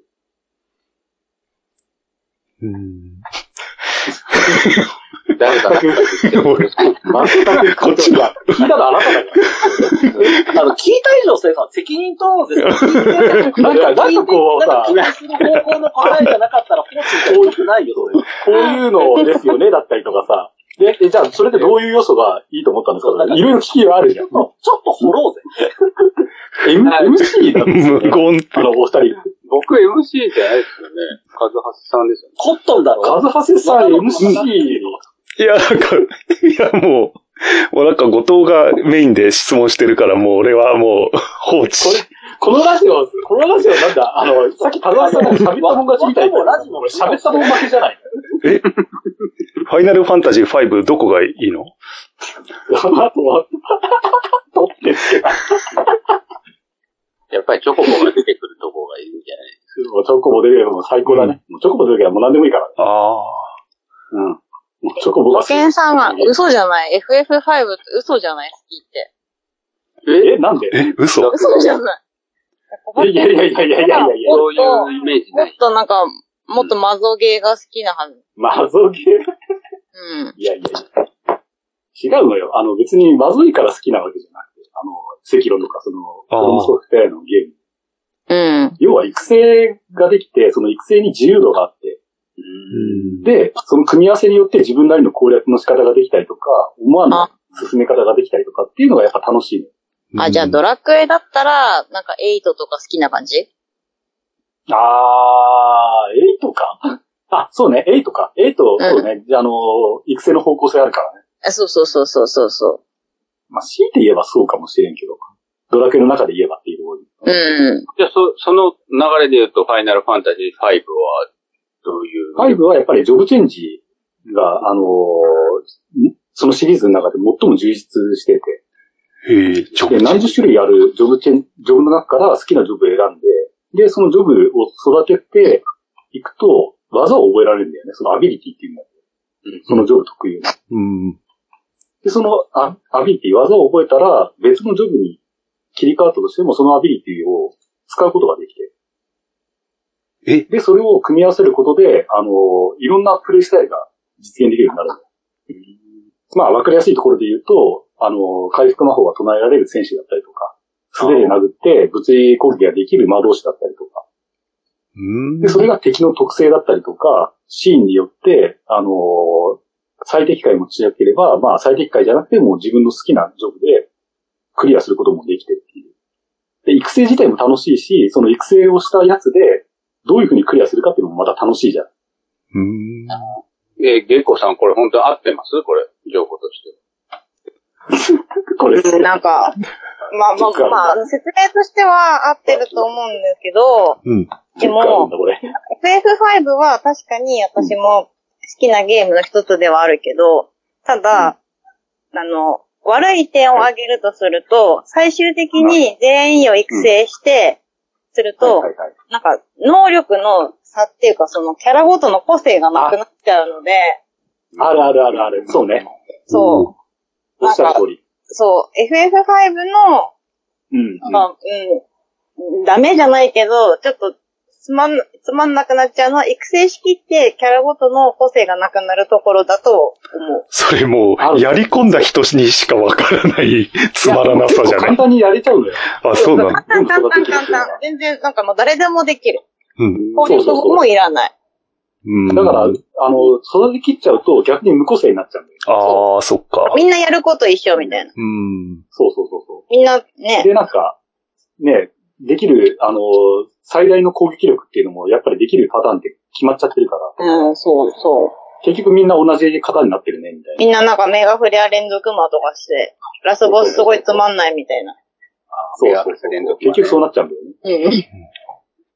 Speaker 2: 誰か
Speaker 3: 全く、
Speaker 1: こっちだ。
Speaker 3: 聞いたらあなただか
Speaker 5: あの、聞いた以上、それさ、責任 取ろうぜ。
Speaker 3: ら。なんか、なんかこうさ
Speaker 5: なん、か、する方向の答えじゃなかったら、放置してよくないよ、それ。
Speaker 3: こういうのですよ ね、だったりとかさ。で、えじゃあ、それでどういう要素がいいと思ったんです
Speaker 5: そうなん
Speaker 3: か
Speaker 5: か
Speaker 3: いろいろ聞きがあるじゃん。
Speaker 5: ちょっと掘ろうぜ。
Speaker 3: M- MC だっ
Speaker 1: 無
Speaker 3: て、
Speaker 1: 言
Speaker 3: あの、お二人。
Speaker 2: 僕 MC じゃないですよね。カズハセさんですよね。
Speaker 5: コットンだろ。
Speaker 3: カズハセさん MC
Speaker 1: いや、なんか、いや、もう、もうなんか、後藤がメインで質問してるから、もう俺はもう、放置。
Speaker 3: これ、このラジオ、このラジオなんだ、あの、さっき田沢さんが喋ったもん勝ちみたいな。
Speaker 5: わわでもラジオ
Speaker 3: 喋ったもん負けじゃない。
Speaker 1: えファイナルファンタジー5、どこがいいの
Speaker 3: あと は、取ってつけた。
Speaker 2: やっぱりチョコボが出てくるとこがいいんじゃない
Speaker 3: もうチョコボ出るよもう最高だね。もうチョコボ出るけどもう何でもいいからね。
Speaker 1: あ
Speaker 3: うん。もうチョコボ
Speaker 4: う。
Speaker 3: が
Speaker 4: 保健さんは嘘じゃない。FF5 って嘘じゃない好きって。
Speaker 3: え、なんで
Speaker 1: あ。え、嘘
Speaker 2: だ
Speaker 4: 嘘じゃない。
Speaker 3: いやいやいやいやいやいやい や
Speaker 2: そういうイメージ
Speaker 4: も
Speaker 2: な
Speaker 4: っ
Speaker 2: い。
Speaker 4: となんか、もっとマゾゲーが好きなはず。
Speaker 3: マゾゲー
Speaker 4: うん。
Speaker 3: いやいや違うのよ。あの別にマゾいから好きなわけじゃなくて、あの、赤炉とかその、
Speaker 1: あー
Speaker 3: クロムソフトウェアのゲーム。
Speaker 4: うん。
Speaker 3: 要は育成ができて、その育成に自由度があって、で、その組み合わせによって自分なりの攻略の仕方ができたりとか、思わぬ進め方ができたりとかっていうのがやっぱ楽しいのよ。
Speaker 4: あ、じゃあドラクエだったら、なんか8とか好きな感じ
Speaker 3: あー、8か。 あ、そうね、8か。8、そうね、あの、育成の方向性あるからね。
Speaker 4: あそうそうそうそうそうそ
Speaker 3: まあ、強いて言えばそうかもしれんけど、ドラクエの中で言えばっていうところに。
Speaker 4: う。うん。
Speaker 2: じゃあ、そ、その流れで言うと、ファイナルファンタジー5は、どういう。
Speaker 3: 5はやっぱりジョブチェンジが、あのーそのシリーズの中で最も充実してて、
Speaker 1: へえ、ちょ、
Speaker 3: で何十種類あるジョブチェン、ジョブの中から好きなジョブを選んで、で、そのジョブを育てていくと、技を覚えられるんだよね。そのアビリティっていうんだけど、そのジョブ特有の。
Speaker 1: うん。
Speaker 3: で、そのアアビリティ、技を覚えたら、別のジョブに切り替わったとしても、そのアビリティを使うことができて。
Speaker 1: え
Speaker 3: で、それを組み合わせることで、あの、いろんなプレイスタイルが実現できるようになる。まあ、わかりやすいところで言うと、あの、回復魔法が唱えられる戦士だったりとか、素手で殴って物理攻撃ができる魔導士だったりとか、
Speaker 1: うん
Speaker 3: で、それが敵の特性だったりとか、シーンによって、あのー最適解もしなければ、まあ最適解じゃなくても自分の好きなジョブでクリアすることもできてっていう。で、育成自体も楽しいし、その育成をしたやつで、どういうふうにクリアするかっていうのもまた楽しいじゃん。
Speaker 1: うん。
Speaker 2: え、ゲイコさん、これ本当に合ってますこれ、情報として。
Speaker 3: これ。
Speaker 4: うんなんか、まあま
Speaker 3: そっか
Speaker 4: あまあ、説明としては合ってると思うんですけど、
Speaker 1: うん。
Speaker 4: で
Speaker 3: どっからなん
Speaker 4: も、
Speaker 3: だこれ。
Speaker 4: FF5 は確かに私も好きなゲームの一つではあるけど、ただ、あの、悪い点を挙げるとすると、最終的に全員を育成して、すると
Speaker 3: はい、はいはい。
Speaker 4: なんか、能力の差っていうか、そのキャラごとの個性がなくなっちゃうので、
Speaker 3: あるあるあるある。そうね。
Speaker 4: そう、
Speaker 3: おっしゃる通り。
Speaker 4: そう、FF5 の
Speaker 3: うん。
Speaker 4: まあ、うん。ダメじゃないけど、ちょっと、つまん、つまんなくなっちゃうのは、育成式ってキャラごとの個性がなくなるところだと思う。
Speaker 1: それも
Speaker 3: あ
Speaker 1: う、
Speaker 3: る
Speaker 1: やり込んだ人にしかわからないつまらなさじゃな
Speaker 3: や結構簡
Speaker 1: い
Speaker 3: 単にやれちゃうのよ。
Speaker 1: あ、そうなの
Speaker 3: 簡
Speaker 4: 簡単、簡単、簡単。全然、なんかもう誰でもできる。
Speaker 1: うん。
Speaker 4: 法律もいらない。
Speaker 1: うん。
Speaker 3: だから、あ
Speaker 1: あ
Speaker 3: の、育て切っちゃうと逆に無個性になっちゃうんだよ。
Speaker 1: あー、そっか。
Speaker 4: みんなやること一緒みたいな。
Speaker 1: うん。
Speaker 3: そうそうそうそう。
Speaker 4: みんなね
Speaker 3: で、、なんか、ね、できる、あの、最大の攻撃力っていうのも、やっぱりできるパターンって決まっちゃってるから、
Speaker 4: うん、そうそう。
Speaker 3: 結局みんな同じ型になってるね、みたいな。
Speaker 4: みんななんかメガフレア連続魔とかして、ラスボスすごいつまんないみたいな。
Speaker 3: そう
Speaker 2: メガフ
Speaker 3: そう
Speaker 2: レ
Speaker 3: そう
Speaker 2: 連続魔ね
Speaker 3: 結局そうなっちゃうんだよね。
Speaker 4: う
Speaker 3: だ
Speaker 4: ん。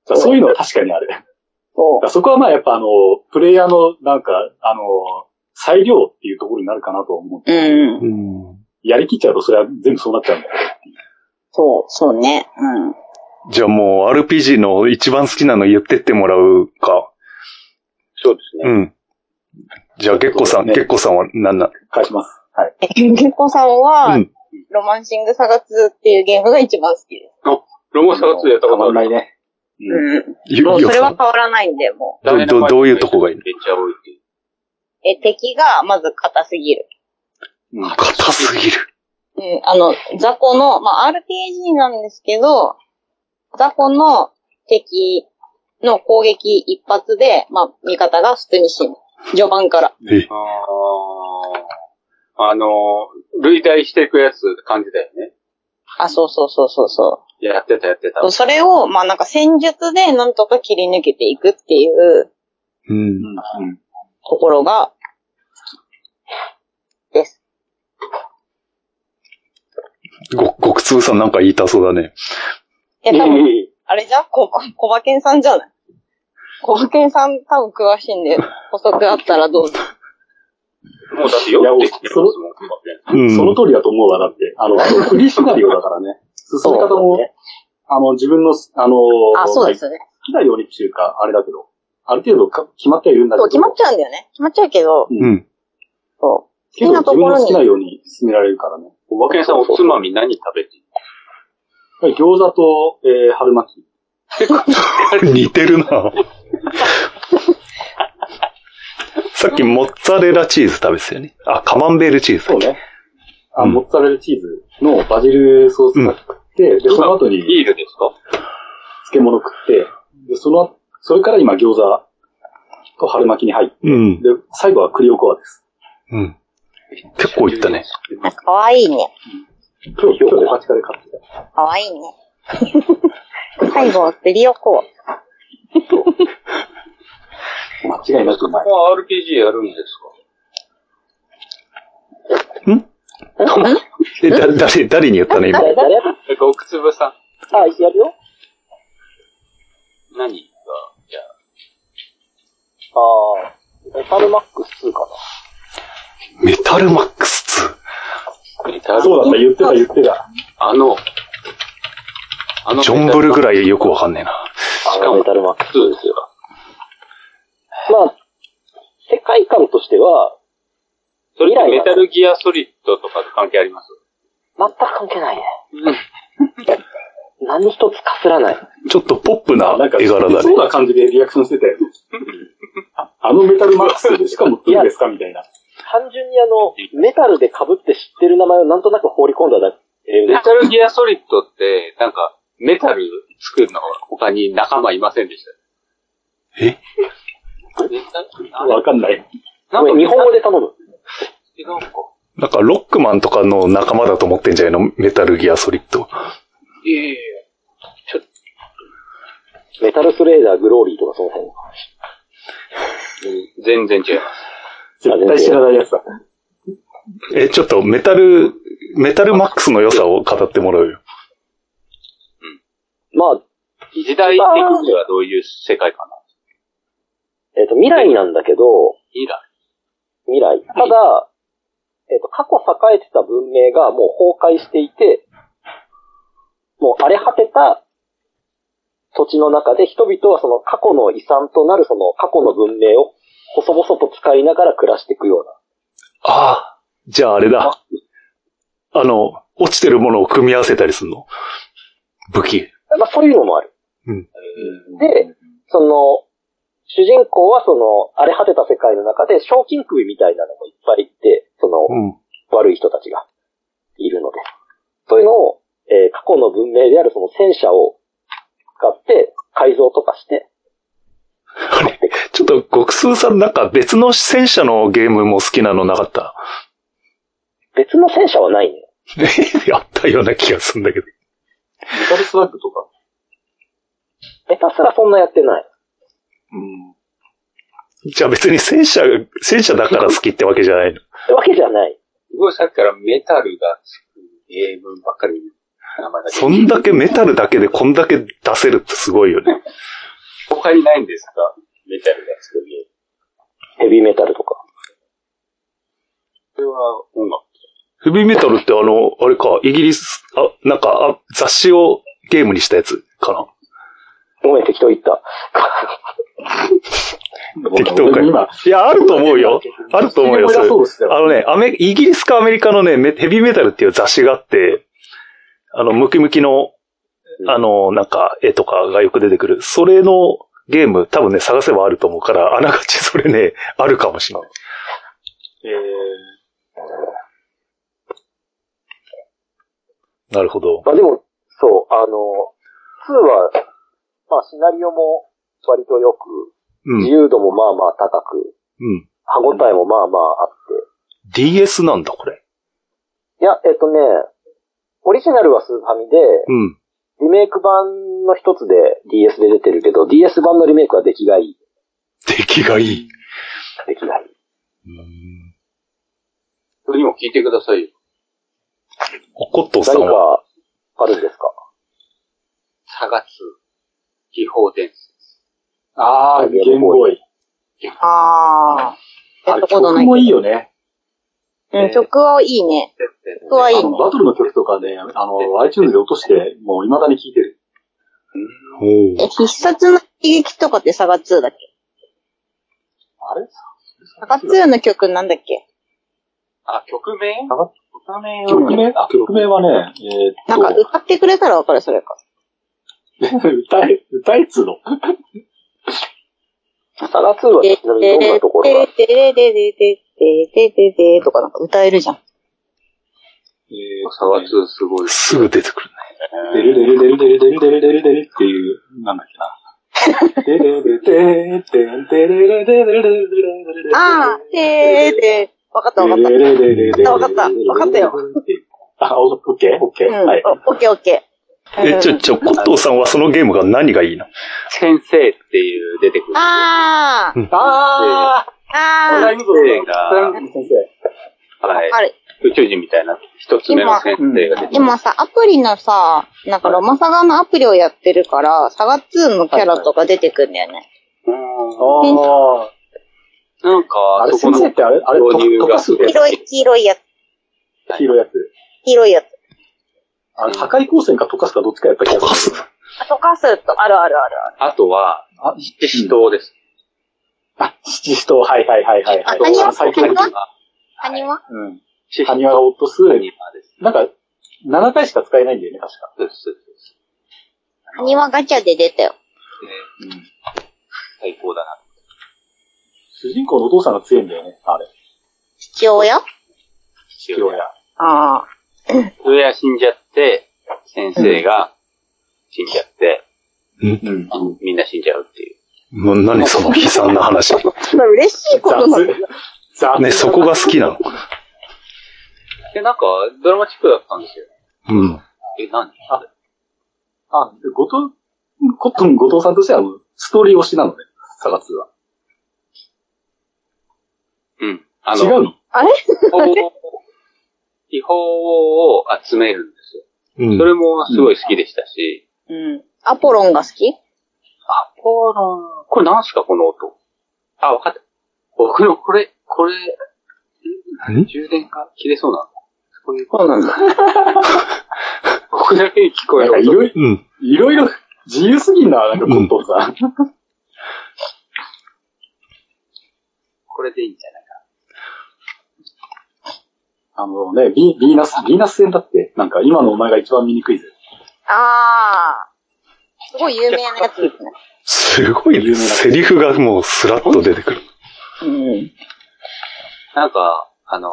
Speaker 3: からそういうのは確かにある。だか
Speaker 4: そ
Speaker 3: らそこはまあやっぱあの、プレイヤーのなんか、あの、裁量っていうところになるかなと思う。
Speaker 4: う。うん。
Speaker 1: うん。
Speaker 3: やりきっちゃうとそれは全部そうなっちゃうんだよ。
Speaker 4: そう、そうね。うん。
Speaker 1: じゃあもう RPG の一番好きなの言ってってもらうか。
Speaker 2: そうですね。
Speaker 1: うん。じゃあ、結構さん、
Speaker 3: ね
Speaker 1: 結構さんは何な
Speaker 3: 返します。はい。
Speaker 4: え、結子さんは、
Speaker 1: うん
Speaker 4: ロマンシングサガ2っていうゲームが一番好きです。
Speaker 2: ロモサガ2やったことあ
Speaker 3: 変わんな
Speaker 2: る。
Speaker 3: いね。うん。
Speaker 4: うん。
Speaker 1: ゆ
Speaker 4: もう
Speaker 1: ゆうさ
Speaker 4: それ
Speaker 1: ん
Speaker 4: は変わらないんで、も
Speaker 1: どどどういうとこがいい
Speaker 2: めっちゃ多いっていう。
Speaker 4: う。え、敵がまず硬すぎる。
Speaker 3: うん
Speaker 1: 硬すぎる。
Speaker 4: うん。あの、雑魚の、まあ、RPG なんですけど、雑魚の敵の攻撃一発で、まあ、味方が普通に死ぬ。序盤から。
Speaker 1: え
Speaker 2: あーあの、類推していくやつ感じだよね。
Speaker 4: あ、そうそうそうそうそう。
Speaker 2: やってたやってた。
Speaker 4: そうそれを、まあなんか戦術でなんとか切り抜けていくっていう
Speaker 1: うん。
Speaker 3: うん
Speaker 4: ところが、です。
Speaker 1: ご、ごくつうさんなんか言いたそうだね。
Speaker 4: いや、多分、あれじゃんこ、こばけんさんじゃないこばけんさん多分詳しいんで、補足あったらどうぞ。
Speaker 2: もうだってよくできてるんですもん。
Speaker 1: う
Speaker 3: その
Speaker 1: ん。
Speaker 3: 通りだと思うわ、だって。あの、あとフリーシナリオだからね。進め方も、あの、自分の、あの、
Speaker 4: あ、そうですね。
Speaker 3: 好きなようにっていうか、あれだけど、ある程度か決まってはいるんだけ
Speaker 4: そ
Speaker 3: ど、
Speaker 4: う、決まっちゃうんだよね。決まっちゃうけど、
Speaker 1: うん。
Speaker 4: そう。
Speaker 3: け
Speaker 4: 好
Speaker 3: ど
Speaker 4: きな
Speaker 3: 自
Speaker 4: と
Speaker 3: 分
Speaker 4: こ
Speaker 3: の
Speaker 4: ろ
Speaker 3: 好きな
Speaker 4: に、
Speaker 3: ように進められるからね。
Speaker 2: おばけんさんおつまみ何食べてる
Speaker 3: 餃子と、えー、春巻き。
Speaker 1: 似てるな。さっきモッツァレラチーズ食べてたよね。あ、カマンベールチーズだ
Speaker 3: そ
Speaker 1: っ
Speaker 3: う
Speaker 1: け。
Speaker 3: ね。あ、
Speaker 1: うん
Speaker 3: モッツァレラチーズのバジルソースが食って、で、その後に
Speaker 2: ビールですか
Speaker 3: 漬物食って、で、その、それから今餃子と春巻きに入って、
Speaker 1: うん。
Speaker 3: で、最後は栗おこわです。
Speaker 1: うん。結構いったね。
Speaker 4: かわいいね。
Speaker 3: 今日、今日デパ地下で買ってきた。
Speaker 4: かわ いいね。最後は釣りをこう。
Speaker 3: 間違いなくうまい。
Speaker 2: あ RPG やるんです
Speaker 1: え、だ、誰、誰に言ったの今。
Speaker 5: 誰、誰やっ
Speaker 2: かえ、ごくつぶさん。
Speaker 5: たあ、やるよ
Speaker 2: 何が、じゃあ、
Speaker 5: あー、メタルマックス2かな。
Speaker 1: メタルマックス
Speaker 3: そうだった、言ってた、言ってた。
Speaker 2: あの、あ
Speaker 1: 2。
Speaker 2: の
Speaker 1: ジョンブルぐ
Speaker 2: い。
Speaker 1: らいよくわかんねえな。
Speaker 5: あのメタルマックス。
Speaker 2: そうですよ。
Speaker 5: まあ、世界観としては、
Speaker 2: それってメタルギアソリッドとかと関係あります
Speaker 5: 全く関係ないね。何一つかすらない。
Speaker 1: ちょっとポップな
Speaker 3: なんか、
Speaker 1: 絵柄だ
Speaker 3: そ
Speaker 1: ね
Speaker 3: う。な感じでリアクションしてたよ。あのメタルマックスで、しかも2ですかみたいな。
Speaker 5: 単純にあの、メタルで被って知ってる名前をなんとなく放り込んだだけで
Speaker 2: メ、タルギアソリッドって、なんか、メタル作るの他に仲間いませんでした。
Speaker 1: え
Speaker 2: メタルあ
Speaker 3: わかんない。
Speaker 2: なんか
Speaker 5: 日本語で頼む。
Speaker 2: 違うか。
Speaker 1: なんかロックマンとかの仲間だと思ってんじゃないのメタルギアソリッド。
Speaker 2: いやいやいやちょっと、
Speaker 5: メタルスレーダー、グローリーとかその辺。
Speaker 2: うん全然違います。
Speaker 3: 絶対知らないやつだ。
Speaker 1: え、ちょっとメタル、メタルマックスの良さを語ってもらうよ。
Speaker 5: まあ、
Speaker 2: 時代的にはどういう世界かな
Speaker 5: えっ、と、未来なんだけど、
Speaker 2: イラ
Speaker 5: 未来。ただ、えっ、と、過去栄えてた文明がもう崩壊していて、もう荒れ果てた土地の中で人々はその過去の遺産となるその過去の文明を細々と使いながら暮らしていくような。
Speaker 1: ああ、じゃああれだ。あの、落ちてるものを組み合わせたりすんの武器。
Speaker 5: まあ、そういうのもある。
Speaker 1: うん
Speaker 5: で、その、主人公はその、荒れ果てた世界の中で、賞金首みたいなのもいっぱいいて、その、
Speaker 1: うん。
Speaker 5: 悪い人たちがいるので。そういうのを、えー過去の文明であるその戦車を使って、改造とかして、
Speaker 1: あれちょっと、極数さんなんか別の戦車のゲームも好きなのなか った。
Speaker 5: 別の戦車はないね。
Speaker 1: え、やったような気がするんだけど。
Speaker 3: メタルスラッグとか。
Speaker 5: たすらそんなやってない。
Speaker 3: うん。
Speaker 1: じゃあ別に戦車、戦車だから好きってわけじゃないの。
Speaker 5: ってわけじゃない。
Speaker 2: すごいさっきからメタルがつくゲームばっかり名前だけど。
Speaker 1: そんだけメタルだけでこんだけ出せるってすごいよね。
Speaker 2: 他にないんですかメタルがつくゲーム。
Speaker 5: ヘビーメタルとか。
Speaker 2: それは音楽。
Speaker 1: ヘビーメタルってあの、あれか、イギリス、あ、なんか、あ雑誌をゲームにしたやつかな。
Speaker 5: ごめん、適当言った。
Speaker 1: 適当かよ
Speaker 3: 今、
Speaker 1: いや、あると思うよ。あると思うよ、
Speaker 3: 思い
Speaker 1: そ
Speaker 3: 出
Speaker 1: れ
Speaker 3: そ。うとしてた
Speaker 1: あのね、アメ、イギリスかアメリカのね、メヘビーメタルっていう雑誌があって、あの、ムキムキの、あの、なんか、絵とかがよく出てくる。それのゲーム、多分ね、探せばあると思うから、あながちそれね、あるかもしれない。
Speaker 3: えー
Speaker 1: なるほど。
Speaker 5: まあでも、そう、あの、2は、まあシナリオも割とよく、
Speaker 1: う
Speaker 5: 自
Speaker 1: ん。
Speaker 5: 由度もまあまあ高く、
Speaker 1: うん。
Speaker 5: 歯応えもまあまああって。
Speaker 1: DS なんだ、これ。
Speaker 5: いや、えっとね、オリジナルはスーファミで、
Speaker 1: うん。
Speaker 5: リメイク版の一つで DS で出てるけど、DS 版のリメイクは出来がいい。
Speaker 1: 出来がいい。
Speaker 5: 出来がいい。
Speaker 1: うん。
Speaker 2: それにも聞いてくださいよ。
Speaker 1: おことさん
Speaker 5: 何
Speaker 1: は、
Speaker 5: かあるんですか
Speaker 2: 差がつ、技法伝説。
Speaker 3: ああ、ゲームボーイ。
Speaker 4: あー。や
Speaker 3: あれ
Speaker 4: ったこと
Speaker 3: 曲
Speaker 4: ないけど。
Speaker 3: もいいよね。
Speaker 4: うん、曲はいいね。曲はい
Speaker 3: あ
Speaker 4: い
Speaker 3: の、。バトルの曲とかね、あの、iTunes で落として、もう未だに聴いてる。
Speaker 1: お
Speaker 4: え、
Speaker 1: ー
Speaker 4: 必殺の一撃とかってサガ2だっけ
Speaker 3: あれ
Speaker 4: サガ2の曲なんだっけ
Speaker 2: あ、曲名
Speaker 3: 差が
Speaker 2: 曲名
Speaker 3: 曲名あ、曲名はね、え
Speaker 4: なんか
Speaker 3: ーっ
Speaker 4: 歌ってくれたらわかる、それか。
Speaker 3: と、歌え、歌えっつうの。
Speaker 5: サガ2は
Speaker 4: で、
Speaker 5: ちなみにどんなところが
Speaker 4: で、で、で、で、で、で、で、で、とかなんか歌えるじゃん。
Speaker 3: え
Speaker 2: 差がつすごい。
Speaker 1: すぐ出てくるね。
Speaker 3: デルデルデルデルデルデルデルデルっていう、なんだっけな。デレデテーテンデレレデレレレレレレ
Speaker 4: あー、で、で、わかったわかった。
Speaker 3: デ
Speaker 4: う
Speaker 3: レ
Speaker 4: ん。
Speaker 3: レレレレ
Speaker 4: わかったわかったよ。
Speaker 3: あ、オッケーオッケーはい。
Speaker 4: おオッケーオッケー。
Speaker 1: え、ちょ、ちょ、コットーさんはそのゲームが何がいいの
Speaker 2: 先生っていう出てくる。
Speaker 4: あー、
Speaker 3: あ
Speaker 4: あ
Speaker 2: 先生が、
Speaker 3: ー先生。
Speaker 2: はい
Speaker 4: ー。あれ、
Speaker 2: 宇宙人みたいな一つ目の先生が出てくる。
Speaker 4: 今さ、アプリのさ、なんかロマサガのアプリをやってるから、サガ2のキャラとか出てくんだよね。
Speaker 2: うん
Speaker 3: あ
Speaker 2: なん
Speaker 3: あ。あ
Speaker 2: か、
Speaker 3: れ
Speaker 2: そこの
Speaker 3: 先生ってあれ、あれ、溶かす
Speaker 4: 黄色い、黄色いやつ。
Speaker 3: 黄色いやつ。
Speaker 4: 黄色いやつ。
Speaker 3: あれ、破壊光線か溶かすかどっちかやった気がする。
Speaker 4: あ、溶かすと、あるあるあるあ
Speaker 2: あ
Speaker 4: る。
Speaker 2: とは、
Speaker 3: あ、
Speaker 2: 七死闘です。
Speaker 3: あ、七死と、はいはいはいはい。
Speaker 4: あ
Speaker 3: はい
Speaker 4: 埴輪
Speaker 3: 最
Speaker 4: 埴
Speaker 3: 近
Speaker 4: 輪。
Speaker 2: い
Speaker 4: 埴輪
Speaker 3: うん。
Speaker 2: 七
Speaker 3: 埴輪を落とす。
Speaker 2: 埴輪です。
Speaker 3: なんか、7回しか使えないんだよね、確か。
Speaker 2: そうですそうです
Speaker 4: 埴輪ガチャで出たよ。
Speaker 2: で
Speaker 3: うん。
Speaker 2: 最高だな。
Speaker 3: 主人公のお父さんが強いんだよね、あれ。
Speaker 4: 父親
Speaker 2: 父
Speaker 3: 父親。
Speaker 4: ああ。
Speaker 2: 父親死んじゃって、先生が死んじゃって、
Speaker 3: うん。
Speaker 2: みんな死んじゃうっていう。
Speaker 1: もう何その悲惨な 話。
Speaker 4: 嬉しいことなんだ。
Speaker 3: 雑。
Speaker 1: ね、そこが好きなの。
Speaker 2: で、なんか、ドラマチックだったんですよ。
Speaker 1: うん。
Speaker 2: え、何
Speaker 3: あ、後藤、コットン後藤さんとしては、ストーリー推しなのね、サガツは。
Speaker 2: うん。あ
Speaker 3: 違うの
Speaker 4: あれ
Speaker 2: 違法を、違法を集めるんですよ。
Speaker 1: うん
Speaker 2: それもすごい好きでしたし、
Speaker 4: うん。アポロンが好き
Speaker 2: アポロン、これ何すかこの音。あ、わかった。僕のこれ、これ、
Speaker 1: 何
Speaker 2: 充電が切れそうなの。そういう
Speaker 4: そうなんだ。
Speaker 2: 僕だけに聞こえ
Speaker 3: なん
Speaker 2: る
Speaker 3: かい
Speaker 2: 音。
Speaker 3: ろいろ、
Speaker 1: うん。
Speaker 3: いろいろ自由すぎんな、なんかコットンさん。
Speaker 2: これでいいんじゃないか
Speaker 3: あのね、ビビーナス、ビーナス戦だって、なんか今のお前が一番見にくいぜ。
Speaker 4: ああ。すごい有名なやつですね。
Speaker 1: すごいね。セリフがもうスラッと出てくる。
Speaker 4: うん。
Speaker 2: な。なんか、あの、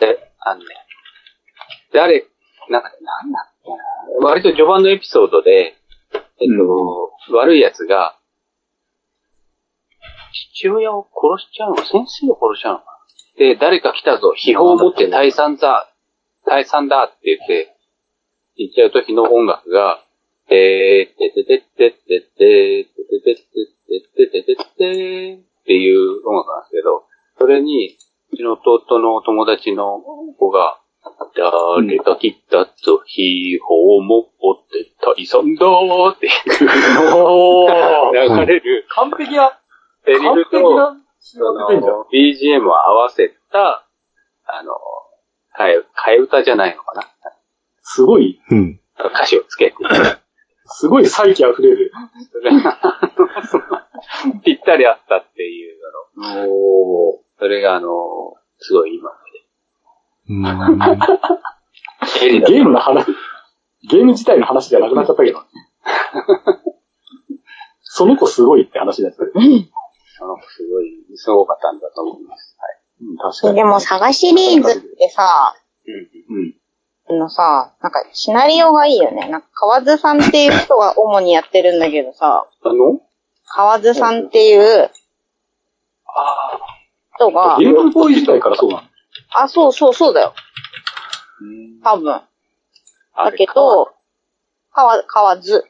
Speaker 2: で、あのね、誰、なんか、なんだっけな。割と序盤のエピソードで、えっと、悪い奴が、父親を殺しちゃうのか先生を殺しちゃうのかなで、誰か来たぞ、秘宝を持って退散だ、退散だって言って、言っちゃう時の音楽が、てー、ててててててて、てててててててててっていう音楽なんですけど、それに、うちの弟の友達の子が、誰が切ったと秘宝も持って大さんだーって
Speaker 1: おー
Speaker 2: 流れる
Speaker 5: 完璧な、
Speaker 2: セリ
Speaker 5: 完
Speaker 2: フ
Speaker 5: 璧
Speaker 2: と、
Speaker 5: な仕
Speaker 2: あ
Speaker 5: 上げてんじゃん。
Speaker 2: の BGM を合わせた、あの、替え、替え歌じゃないのか
Speaker 3: すごい、
Speaker 1: うん。
Speaker 2: な歌詞をつけて。
Speaker 3: すごい再起溢れる。
Speaker 2: それがあのそのぴったりあったっていう、あの、それがあの、すごい今ま
Speaker 1: うん
Speaker 2: で。エリだ
Speaker 3: ゲームの話、ゲーム自体の話じゃなくなっちゃったけど。その子すごいって話だった。うん、
Speaker 2: あのすごい、すごかったんだと思います。はい。
Speaker 3: 確か
Speaker 4: え
Speaker 3: に。
Speaker 4: でも、サガシリーズってさ、
Speaker 3: うん。
Speaker 4: あのさ、なんかシナリオがいいよね。なんか河津さんっていう人が主にやってるんだけどさ、
Speaker 2: あの
Speaker 4: 河津さんっていう
Speaker 2: ああ。
Speaker 4: 人が、
Speaker 3: ゲームボーイ自体からそうなの。
Speaker 4: あ、そうそうそうだよ。
Speaker 2: うん
Speaker 4: 多分。
Speaker 2: あ
Speaker 4: だ
Speaker 2: れ
Speaker 4: け
Speaker 2: か
Speaker 4: ど、河河津。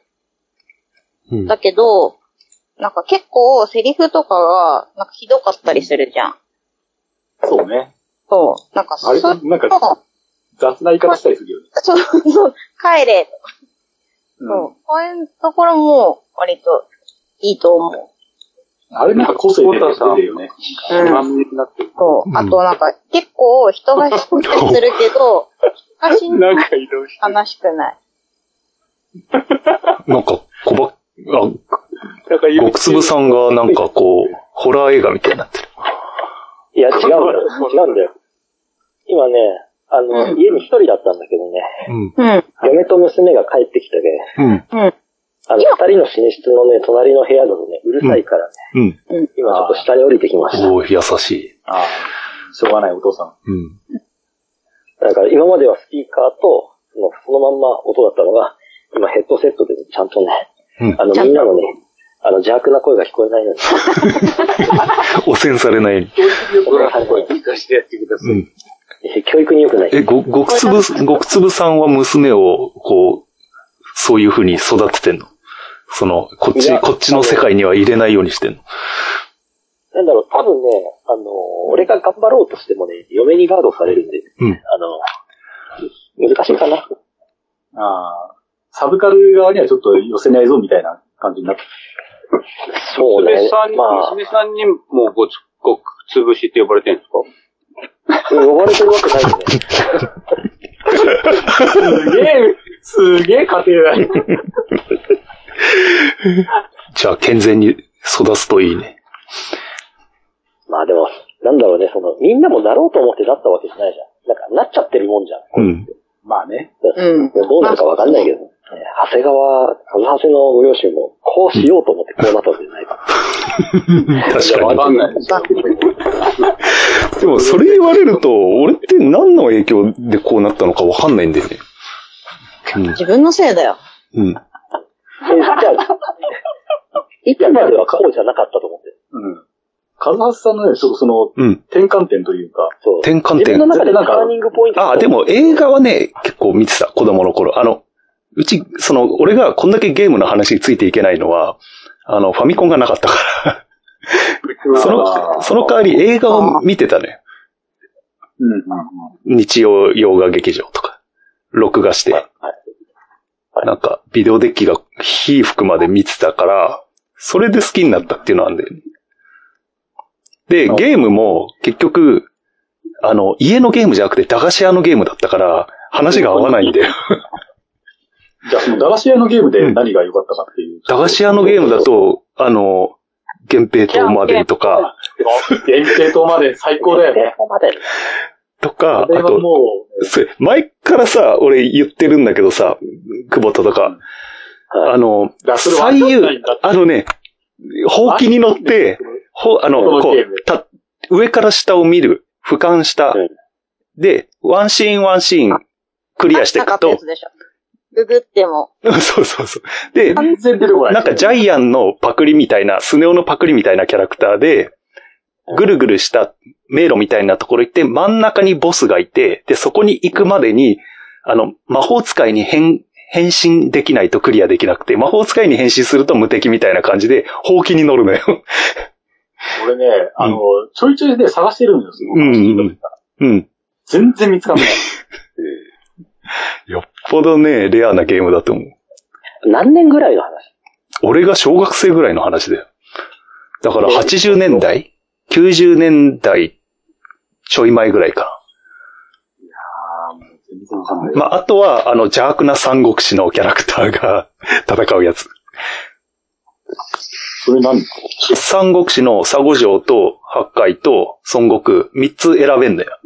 Speaker 1: うん
Speaker 4: だけど、なんか結構セリフとかが、なんかひどかったりするじゃん。
Speaker 3: そうね。
Speaker 4: そう。なんか
Speaker 3: あ
Speaker 4: そ、
Speaker 3: れ、
Speaker 4: そう、
Speaker 3: なんか雑な言い方したりするよね。
Speaker 4: そう、そう、帰れとか、
Speaker 3: うん
Speaker 4: そう。こういうところも、割と、いいと思
Speaker 3: あれなんか個性出てるよね。
Speaker 4: う。
Speaker 2: う
Speaker 4: うん
Speaker 2: ま。みになってる。
Speaker 4: そう。あとなんか、結構人が死んだりするけど、人が死んだ
Speaker 2: なん
Speaker 4: り
Speaker 2: か移動してる。
Speaker 4: 悲しくない。
Speaker 1: なんか、小ば、あ、
Speaker 2: なんか
Speaker 1: 極粒さんがなんかこう、ホラー映画みたいになってる。
Speaker 5: いや、違うんだよ。違うんだよ。今ね、あの、
Speaker 4: うん
Speaker 5: 家に一人だったんだけどね、
Speaker 1: うん。
Speaker 4: うん。
Speaker 5: 嫁と娘が帰ってきたね、
Speaker 1: うん。
Speaker 4: うん。
Speaker 5: あの、二人の寝室のね、隣の部屋だとね、うるさいからね、
Speaker 1: うん。
Speaker 5: 今ちょっと下に降りてきました。
Speaker 1: おー優しい。
Speaker 3: ああ、しょうがないお父さん。
Speaker 1: うん。
Speaker 5: だから今まではスピーカーと、そのそのまんま音だったのが、今ヘッドセットでねちゃんとね、
Speaker 1: うん
Speaker 5: あの
Speaker 4: ちゃん
Speaker 5: み
Speaker 4: と
Speaker 5: んなのね、あの邪悪な声が聞こえないように、
Speaker 1: 汚染されない。
Speaker 2: 僕らの声聞かせてやってください。
Speaker 1: うん。
Speaker 5: え 教育に良くない。
Speaker 1: え、ご、ごくつぶ、ごくつぶさんは娘を、こう、そういう風に育ててんのその、こっ
Speaker 5: い
Speaker 1: ち、
Speaker 5: や
Speaker 1: こっちの世界には入れないようにしてんの
Speaker 5: なんだろう、多分ね、あのー、俺が頑張ろうとしてもね、嫁にガードされるんで、
Speaker 1: うん
Speaker 5: あの、難しいかな。
Speaker 3: ああ、サブカル側にはちょっと寄せないぞみたいな感じになって。
Speaker 5: そうね
Speaker 2: 娘さん、に、
Speaker 5: まあ、
Speaker 2: 娘さんにもごつ、ごくつぶしって呼ばれてるんですか
Speaker 5: 呼ばれてるわけないよ
Speaker 3: す
Speaker 5: ね。
Speaker 3: げえ、すげえ家庭だよ。
Speaker 1: じゃあ、健全に育つといいね。
Speaker 5: まあでも、なんだろうね、その、みんなもなろうと思ってなったわけじゃないじゃん。なんか、なっちゃってるもんじゃ
Speaker 1: う
Speaker 5: ん。
Speaker 1: ん。
Speaker 3: まあね。
Speaker 4: うん。
Speaker 5: どうなるかわかんないけど、ね長谷川、あの長谷のご両親も、こうしようと思ってこうなったわけじゃないから。
Speaker 1: 確か
Speaker 2: わ
Speaker 1: に。
Speaker 2: かんないですよ。
Speaker 1: でも、それ言われると、俺って何の影響でこうなったのかわかんないんだよね。
Speaker 4: 自分のせいだよ。
Speaker 1: うん。うん。
Speaker 5: えじゃあ、いつまではこうじゃなかったと思ってる。
Speaker 3: うん。カズハスさんのね、ちょっとその、
Speaker 1: うん。
Speaker 3: 転換点というか、
Speaker 5: そう。
Speaker 1: 転換点
Speaker 5: 自分の中でのターニングポイント。
Speaker 1: ああ、で。も映画はね、結構見てた、子供の頃。あの、うち、その、俺がこんだけゲームの話についていけないのは、あの、ファミコンがなかったから。その、その代わり映画を見てたね。
Speaker 3: うんうんうん。
Speaker 1: 日曜洋画劇場とか。録画して。なんか、ビデオデッキが火吹くまで見てたから、それで好きになったっていうのはあんだよね。で、ゲームも結局、あの、家のゲームじゃなくて駄菓子屋のゲームだったから、話が合わないんだよ。
Speaker 3: じゃあ、その駄菓子屋のゲームで何が良かったかっていう。
Speaker 1: 駄菓子屋のゲームだと、あの、源平島までとか、
Speaker 3: 限定島まで最高だよね。
Speaker 5: ここまで。
Speaker 1: とか、あ
Speaker 3: これは
Speaker 1: と、
Speaker 3: もう、
Speaker 1: それ前からさ、俺言ってるんだけどさ、久保田とか、あの
Speaker 3: だ、それわかん
Speaker 1: 左
Speaker 3: ないんだ
Speaker 1: 右、あのね、ほうきに乗って、ほ、あの、
Speaker 3: この
Speaker 1: こ
Speaker 3: ゲーム
Speaker 1: う、た、上から下を見る、俯瞰した
Speaker 5: うん、
Speaker 1: で、ワンシーンワンシーン、クリアしてい
Speaker 4: なか
Speaker 1: く
Speaker 4: ったや
Speaker 1: と
Speaker 4: つ、でしょ。ググっても。
Speaker 1: そうそうそう。で、
Speaker 3: 全然出てこない。
Speaker 1: なんかジャイアンのパクリみたいな、スネ夫のパクリみたいなキャラクターで、ぐるぐるした迷路みたいなところ行って、真ん中にボスがいて、で、そこに行くまでに、あの、魔法使いに変、変身できないとクリアできなくて、魔法使いに変身すると無敵みたいな感じで、ほうきに乗るのよ。
Speaker 3: 俺ね、あの、ちょいちょいね、探してるんですよ。
Speaker 1: うんうんうんうん。
Speaker 3: 全然見つかんない。
Speaker 1: よっぽどね、レアなゲームだと思う。
Speaker 5: 何年ぐらいの話
Speaker 1: 俺が小学生ぐらいの話だよ。だから80年代 ?90 年代ちょい前ぐらいか
Speaker 3: あーもう全然わかんな
Speaker 1: な。
Speaker 3: い。
Speaker 1: まあ、あとは、あの、邪悪な三国志のキャラクターが 戦うやつ。
Speaker 3: それ何
Speaker 1: 三国志の佐護城と八海と孫悟空、三つ選べんだよ。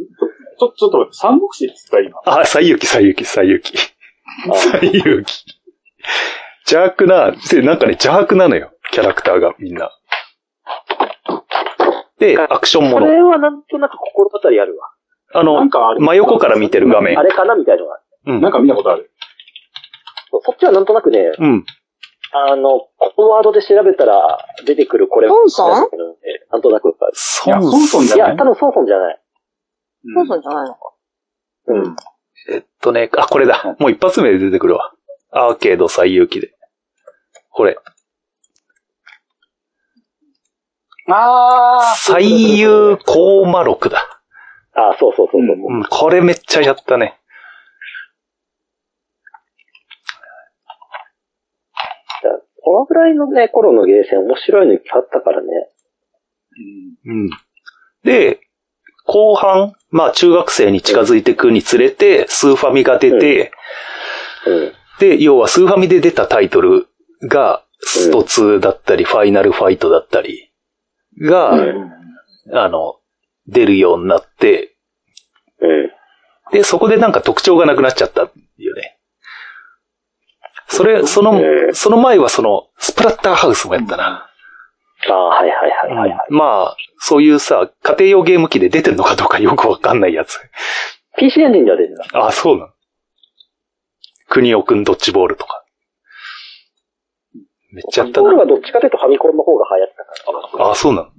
Speaker 3: ちょ、ちょっと待って、三国志って言った今。
Speaker 1: あ、西遊記、西遊記、西遊記。西遊記。邪悪な、でなんかね、邪悪なのよ。キャラクターが、みんな。で、アクションも
Speaker 5: こ
Speaker 1: の。
Speaker 5: れはなんとなく心当たりあるわ。
Speaker 1: あの
Speaker 3: なん、かある。
Speaker 1: 真横から見てる画面
Speaker 5: あ。れかなみたいなのがある。
Speaker 1: うん
Speaker 3: なんか見たことある。
Speaker 5: そうそっちはなんとなくね、
Speaker 1: うん。
Speaker 5: あの、このワードで調べたら出てくるこれ。
Speaker 4: ソンソン
Speaker 5: えなんとなく。
Speaker 1: そ
Speaker 3: いやソンソン
Speaker 5: い
Speaker 3: じゃない
Speaker 5: や、多分ソンソンじゃない。
Speaker 4: そうそうじゃないのか。
Speaker 5: うん。
Speaker 1: とね、あ、これだ。もう一発目で出てくるわ。アーケード最有機で。これ。
Speaker 3: あ
Speaker 1: 最有コーマ6だ。
Speaker 5: あ、そうそうそうそう。
Speaker 3: うん
Speaker 1: うん、これめっちゃやったね。
Speaker 5: このぐらいのね、頃のゲーセン面白いのいっぱいあったからね。
Speaker 1: うん。で、後半、まあ中学生に近づいていくにつれて、スーファミが出て、
Speaker 5: うん。
Speaker 1: で、要はスーファミで出たタイトルが、スト2だったり、ファイナルファイトだったり、が、あの、出るようになって、
Speaker 5: うん。
Speaker 1: で、そこでなんか特徴がなくなっちゃったんだよね。それ、その、その前はその、スプラッターハウスもやったな。
Speaker 5: ああ、はいはいはいはい、はい
Speaker 1: まあ、そういうさ、家庭用ゲーム機で出てるのかどうかよくわかんないやつ。
Speaker 5: PC エンジンでは出てた。
Speaker 1: ああ、そうなの。国尾くんドッジボールとか。めっちゃやった
Speaker 5: ところ
Speaker 1: な。
Speaker 5: がどっちかというとファミコンの方が流行ったから。
Speaker 1: ああ、そうなの。
Speaker 3: うん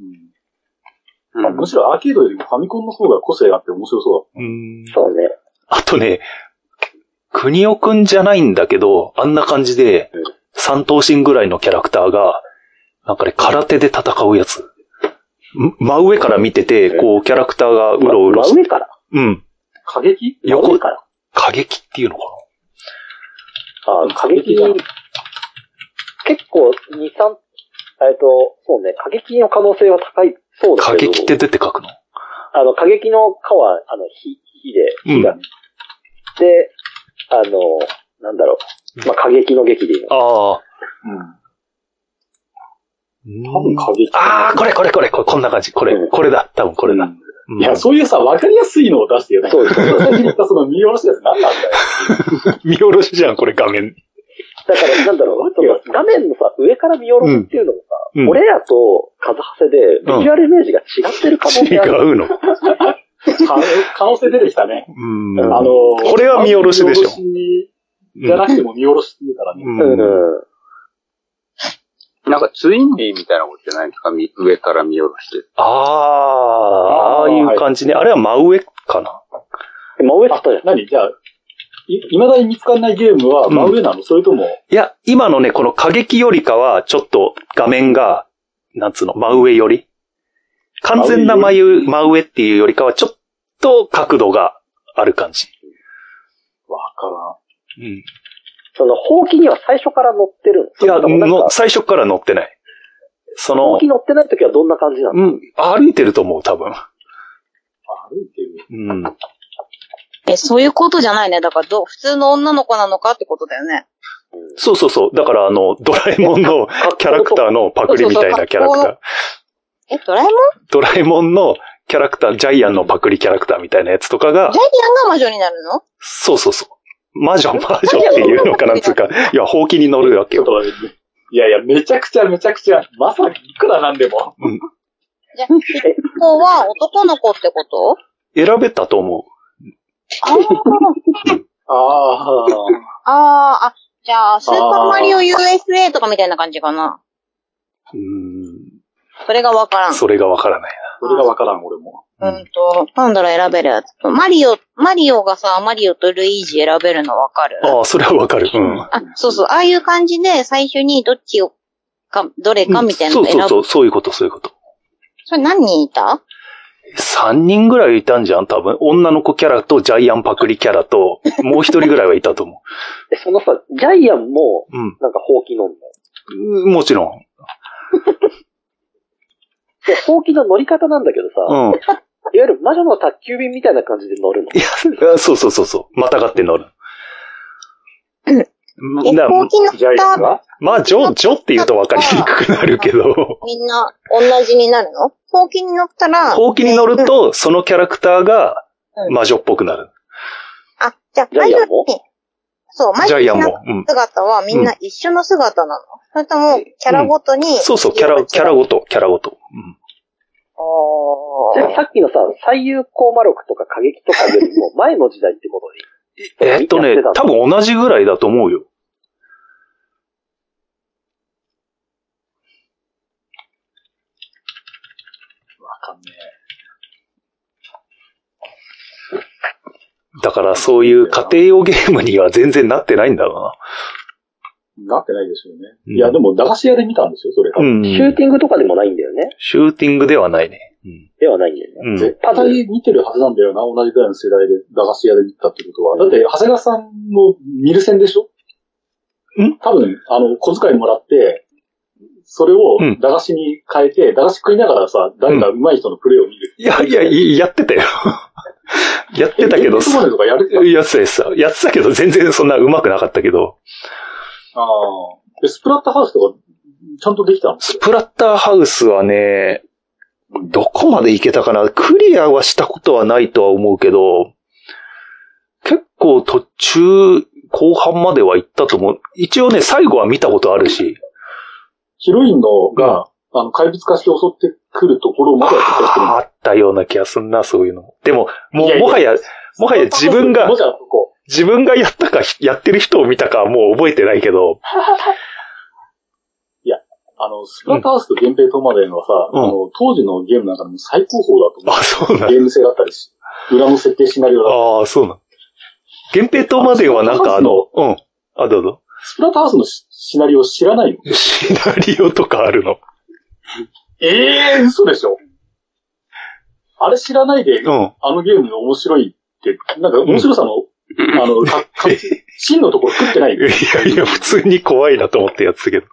Speaker 3: まあむしろアーケードよりもファミコンの方が個性あって面白そう
Speaker 1: ーん。
Speaker 5: そうね。
Speaker 1: あとね、国尾くんじゃないんだけど、あんな感じで
Speaker 5: うん、
Speaker 1: 三頭身ぐらいのキャラクターが、なんかね、空手で戦うやつ。ん真上から見てて、こう、キャラクターがうろうろし
Speaker 5: 真
Speaker 1: て、
Speaker 5: 上から。
Speaker 1: うん。
Speaker 3: だ。過激
Speaker 5: 真
Speaker 1: 横
Speaker 5: 上、から。
Speaker 1: 過激っていうのか
Speaker 5: ああ、過激
Speaker 3: 過激
Speaker 5: 結構、二三えっと、そうね、過激の可能性は高いそう
Speaker 1: な
Speaker 5: だ
Speaker 1: 過
Speaker 5: けど。
Speaker 1: 激って出て書くの
Speaker 5: あの、過激の蚊は、あの、火、火で、火が。
Speaker 1: う
Speaker 5: で、あの、なんだろう。まあ、過激の劇で言うの。
Speaker 1: ああ。
Speaker 3: 多分過激。
Speaker 1: ああ、これこれこれ、これこんな感じ。こ
Speaker 5: う
Speaker 1: れ、
Speaker 5: ん
Speaker 1: これだ。多分これだ。うん
Speaker 3: いや、そういうさ、わかりやすいのを出してよ。
Speaker 5: そうです。
Speaker 3: 最初に言ったその見下ろしやつ何なんだよ。
Speaker 1: 見下ろしじゃん、これ画面。
Speaker 5: だから、なんだろ う、その画面のさ、上から見下ろすっていうのもさ、
Speaker 1: うん
Speaker 5: 俺らとカズハセで、ビジュアルイメージが違ってる可能
Speaker 1: 違
Speaker 5: 性ある。
Speaker 1: うの。
Speaker 3: 可可能性出てきたね。
Speaker 1: うん。
Speaker 3: あの、
Speaker 1: これは見下ろしでしょ
Speaker 3: 見下ろしじゃなくても見下ろしって言うからね。
Speaker 1: うん
Speaker 5: うん。
Speaker 2: なんかツインビーみたいなことじゃないですかみ上から見下ろして。
Speaker 1: ああ、あ
Speaker 3: あー
Speaker 1: あいう感じね。あれは真上かな。
Speaker 5: 真上っつったじゃん。
Speaker 3: 何じゃあ、い、未だに見つかんないゲームは真上なの、それとも、
Speaker 1: いや、今のね、この過激よりかは、ちょっと画面が、なんつうの、真上より。完全な真上真上っていうよりかは、ちょっと角度がある感じ。
Speaker 3: わか
Speaker 1: うん。
Speaker 5: その、ほうきには最初から乗ってるの
Speaker 1: いや、
Speaker 5: それともなんか
Speaker 1: の、最初から乗ってない。そ
Speaker 5: ほ
Speaker 1: の
Speaker 5: うき、乗ってない時はどんな感じなの
Speaker 1: うん、歩いてると思う、多分。
Speaker 3: らん。歩いてる。
Speaker 1: うん。
Speaker 4: え、そういうことじゃないね。だからどう、普通の女の子なのかってことだよね。
Speaker 1: そうそうそう。だから、あの、ドラえもんのキャラクターのパクリみたいなキャラクター。
Speaker 4: え、ドラえもん
Speaker 1: ドラえもんのキャラクター、ジャイアンのパクリキャラクターみたいなやつとかが
Speaker 4: ジャイ、アンが魔女になるの
Speaker 1: そうそうそう。魔女、魔女っていうのかなんつうか、いや、ほうきに乗るわけ
Speaker 3: ちょっ
Speaker 1: よ。
Speaker 3: と待って。いやいや、めちゃくちゃめちゃくちゃ、まさにいくらなんでも。
Speaker 4: じゃあ、一方は男の子って こと
Speaker 1: 選べたと思
Speaker 4: あー
Speaker 3: ああ。
Speaker 4: あー、あ、じゃあ、スーパーマリオ USA とかみたいな感じかな。
Speaker 1: う。うーん。
Speaker 4: それがわからん。
Speaker 1: それがわからない
Speaker 3: それがわからん、俺も。
Speaker 4: うんと、パンドラ選べるやつと、マリオ、マリオがさ、マリオとルイージ選べるのわかる
Speaker 1: ああ、それはわかる。うん。
Speaker 4: あ、そうそう、ああいう感じで最初にどっちをか、どれかみたいな
Speaker 1: そう
Speaker 4: の選ぶ。
Speaker 1: そうそう、そういうこと、そういうこと。
Speaker 4: それ何人いた
Speaker 1: 三人ぐらいいたんじゃん多分、女の子キャラとジャイアンパクリキャラと、もう一人ぐらいはいたと思
Speaker 6: え、そのさ、ジャイアンも、
Speaker 1: う。うん
Speaker 6: なんか、ほうき飲んだ。
Speaker 1: うん。もちろん。
Speaker 6: で、ほうきの乗り方なんだけど
Speaker 1: う
Speaker 6: さ、
Speaker 1: ん。
Speaker 6: いわゆる魔女の宅急便みたいな感じで乗るの。
Speaker 1: いや、そうそうそうそう。またがって乗る。
Speaker 4: え、
Speaker 1: んだ
Speaker 4: ほうきの
Speaker 3: ジャイアン
Speaker 4: 蓋、
Speaker 3: が
Speaker 1: まあ、ジョ、ジョって言うと分かりにくくなるけど、
Speaker 4: みんな同じになるのほうきに乗ったら、
Speaker 1: ほうきに乗る
Speaker 4: ね、
Speaker 1: と、そのキャラクターが
Speaker 4: うん
Speaker 1: 魔女っぽくなる。
Speaker 4: あ、じゃあ、
Speaker 6: ジャイアンも
Speaker 4: マリオにそう、マ
Speaker 1: ジャ
Speaker 4: リ
Speaker 1: イア
Speaker 4: オ
Speaker 1: ン
Speaker 4: の
Speaker 1: も。うん。
Speaker 4: 姿はみんな一緒の姿なの、それとも、キャラごとに、
Speaker 1: そうそう、キャラ、キャラごと、キャラごと。
Speaker 4: お
Speaker 6: でもさっきのさ、最優光魔力とか過激とかよりも前の時代ってことに。
Speaker 1: うん、えーっと
Speaker 6: や
Speaker 1: ね
Speaker 6: ってたの、
Speaker 1: 多分同じぐらいだと思うよ。
Speaker 3: わかんね
Speaker 1: だから、そういう家庭用ゲームには全然なってないんだろ
Speaker 3: え。なってないでしょうね。
Speaker 1: うん
Speaker 3: いや、でも、駄菓子屋で見たんですよ、それが。
Speaker 1: うな。うん。
Speaker 6: シューティングとかでもないんだよね。
Speaker 1: シューティングではないね。
Speaker 6: ではないんだよね。
Speaker 1: うん。うん
Speaker 3: 絶対見てるはずなんだよな、同じぐらいの世代で駄菓子屋で見たってことは。だって、長谷川さんも見る線でしょ
Speaker 1: ん
Speaker 3: 多分、あの、小遣いもらって、それを
Speaker 1: うん
Speaker 3: 駄菓子に変えて、駄菓子食いながらさ、誰か上手い人のプレイを見る。
Speaker 1: いやいや、いやってたよ。やってたけど、
Speaker 3: そこまでとかやるけど。
Speaker 1: やってたやつだ。やってたけど、全然そんな上手くなかったけど、
Speaker 3: ああ。で、スプラッターハウスとか、ちゃんとできたんです
Speaker 1: ス
Speaker 3: よ。
Speaker 1: プラッターハウスはね、どこまでいけたかなクリアはしたことはないとは思うけど、結構途中、後半までは行ったと思う。一応ね、最後は見たことあるし。
Speaker 3: ヒロインのが、あの、怪物化して襲ってくるところまでは絶対してるん
Speaker 1: ああったような気がすんな、そういうの。でも、も
Speaker 3: いや
Speaker 1: う、
Speaker 3: いや
Speaker 1: もはや、 もはや自分が
Speaker 3: もじゃここ。
Speaker 1: 自分がやったか、やってる人を見たかはもう覚えてないけど、
Speaker 3: あの、スプラッターハウスと源平トマデンはさ、
Speaker 1: うん
Speaker 3: あの、当時のゲームの中でも最高峰だと思
Speaker 1: あ、そうなんだ
Speaker 3: う。ゲーム性だったりし、裏の設定シナリオだったり。
Speaker 1: ああ、そうなん。源平島まではなんかあの、うん。あ、どうぞ。
Speaker 3: スプラッターハウスのシシナリオ知らないの
Speaker 1: シナリオとかあるの。
Speaker 3: ええ嘘でしょあれ知らないで、
Speaker 1: うん。
Speaker 3: あのゲームの面白いって、なんか面白さの、あの、 か、か、真のところ食ってない
Speaker 1: い。やいや、普通に怖いなと思ってやってた けど。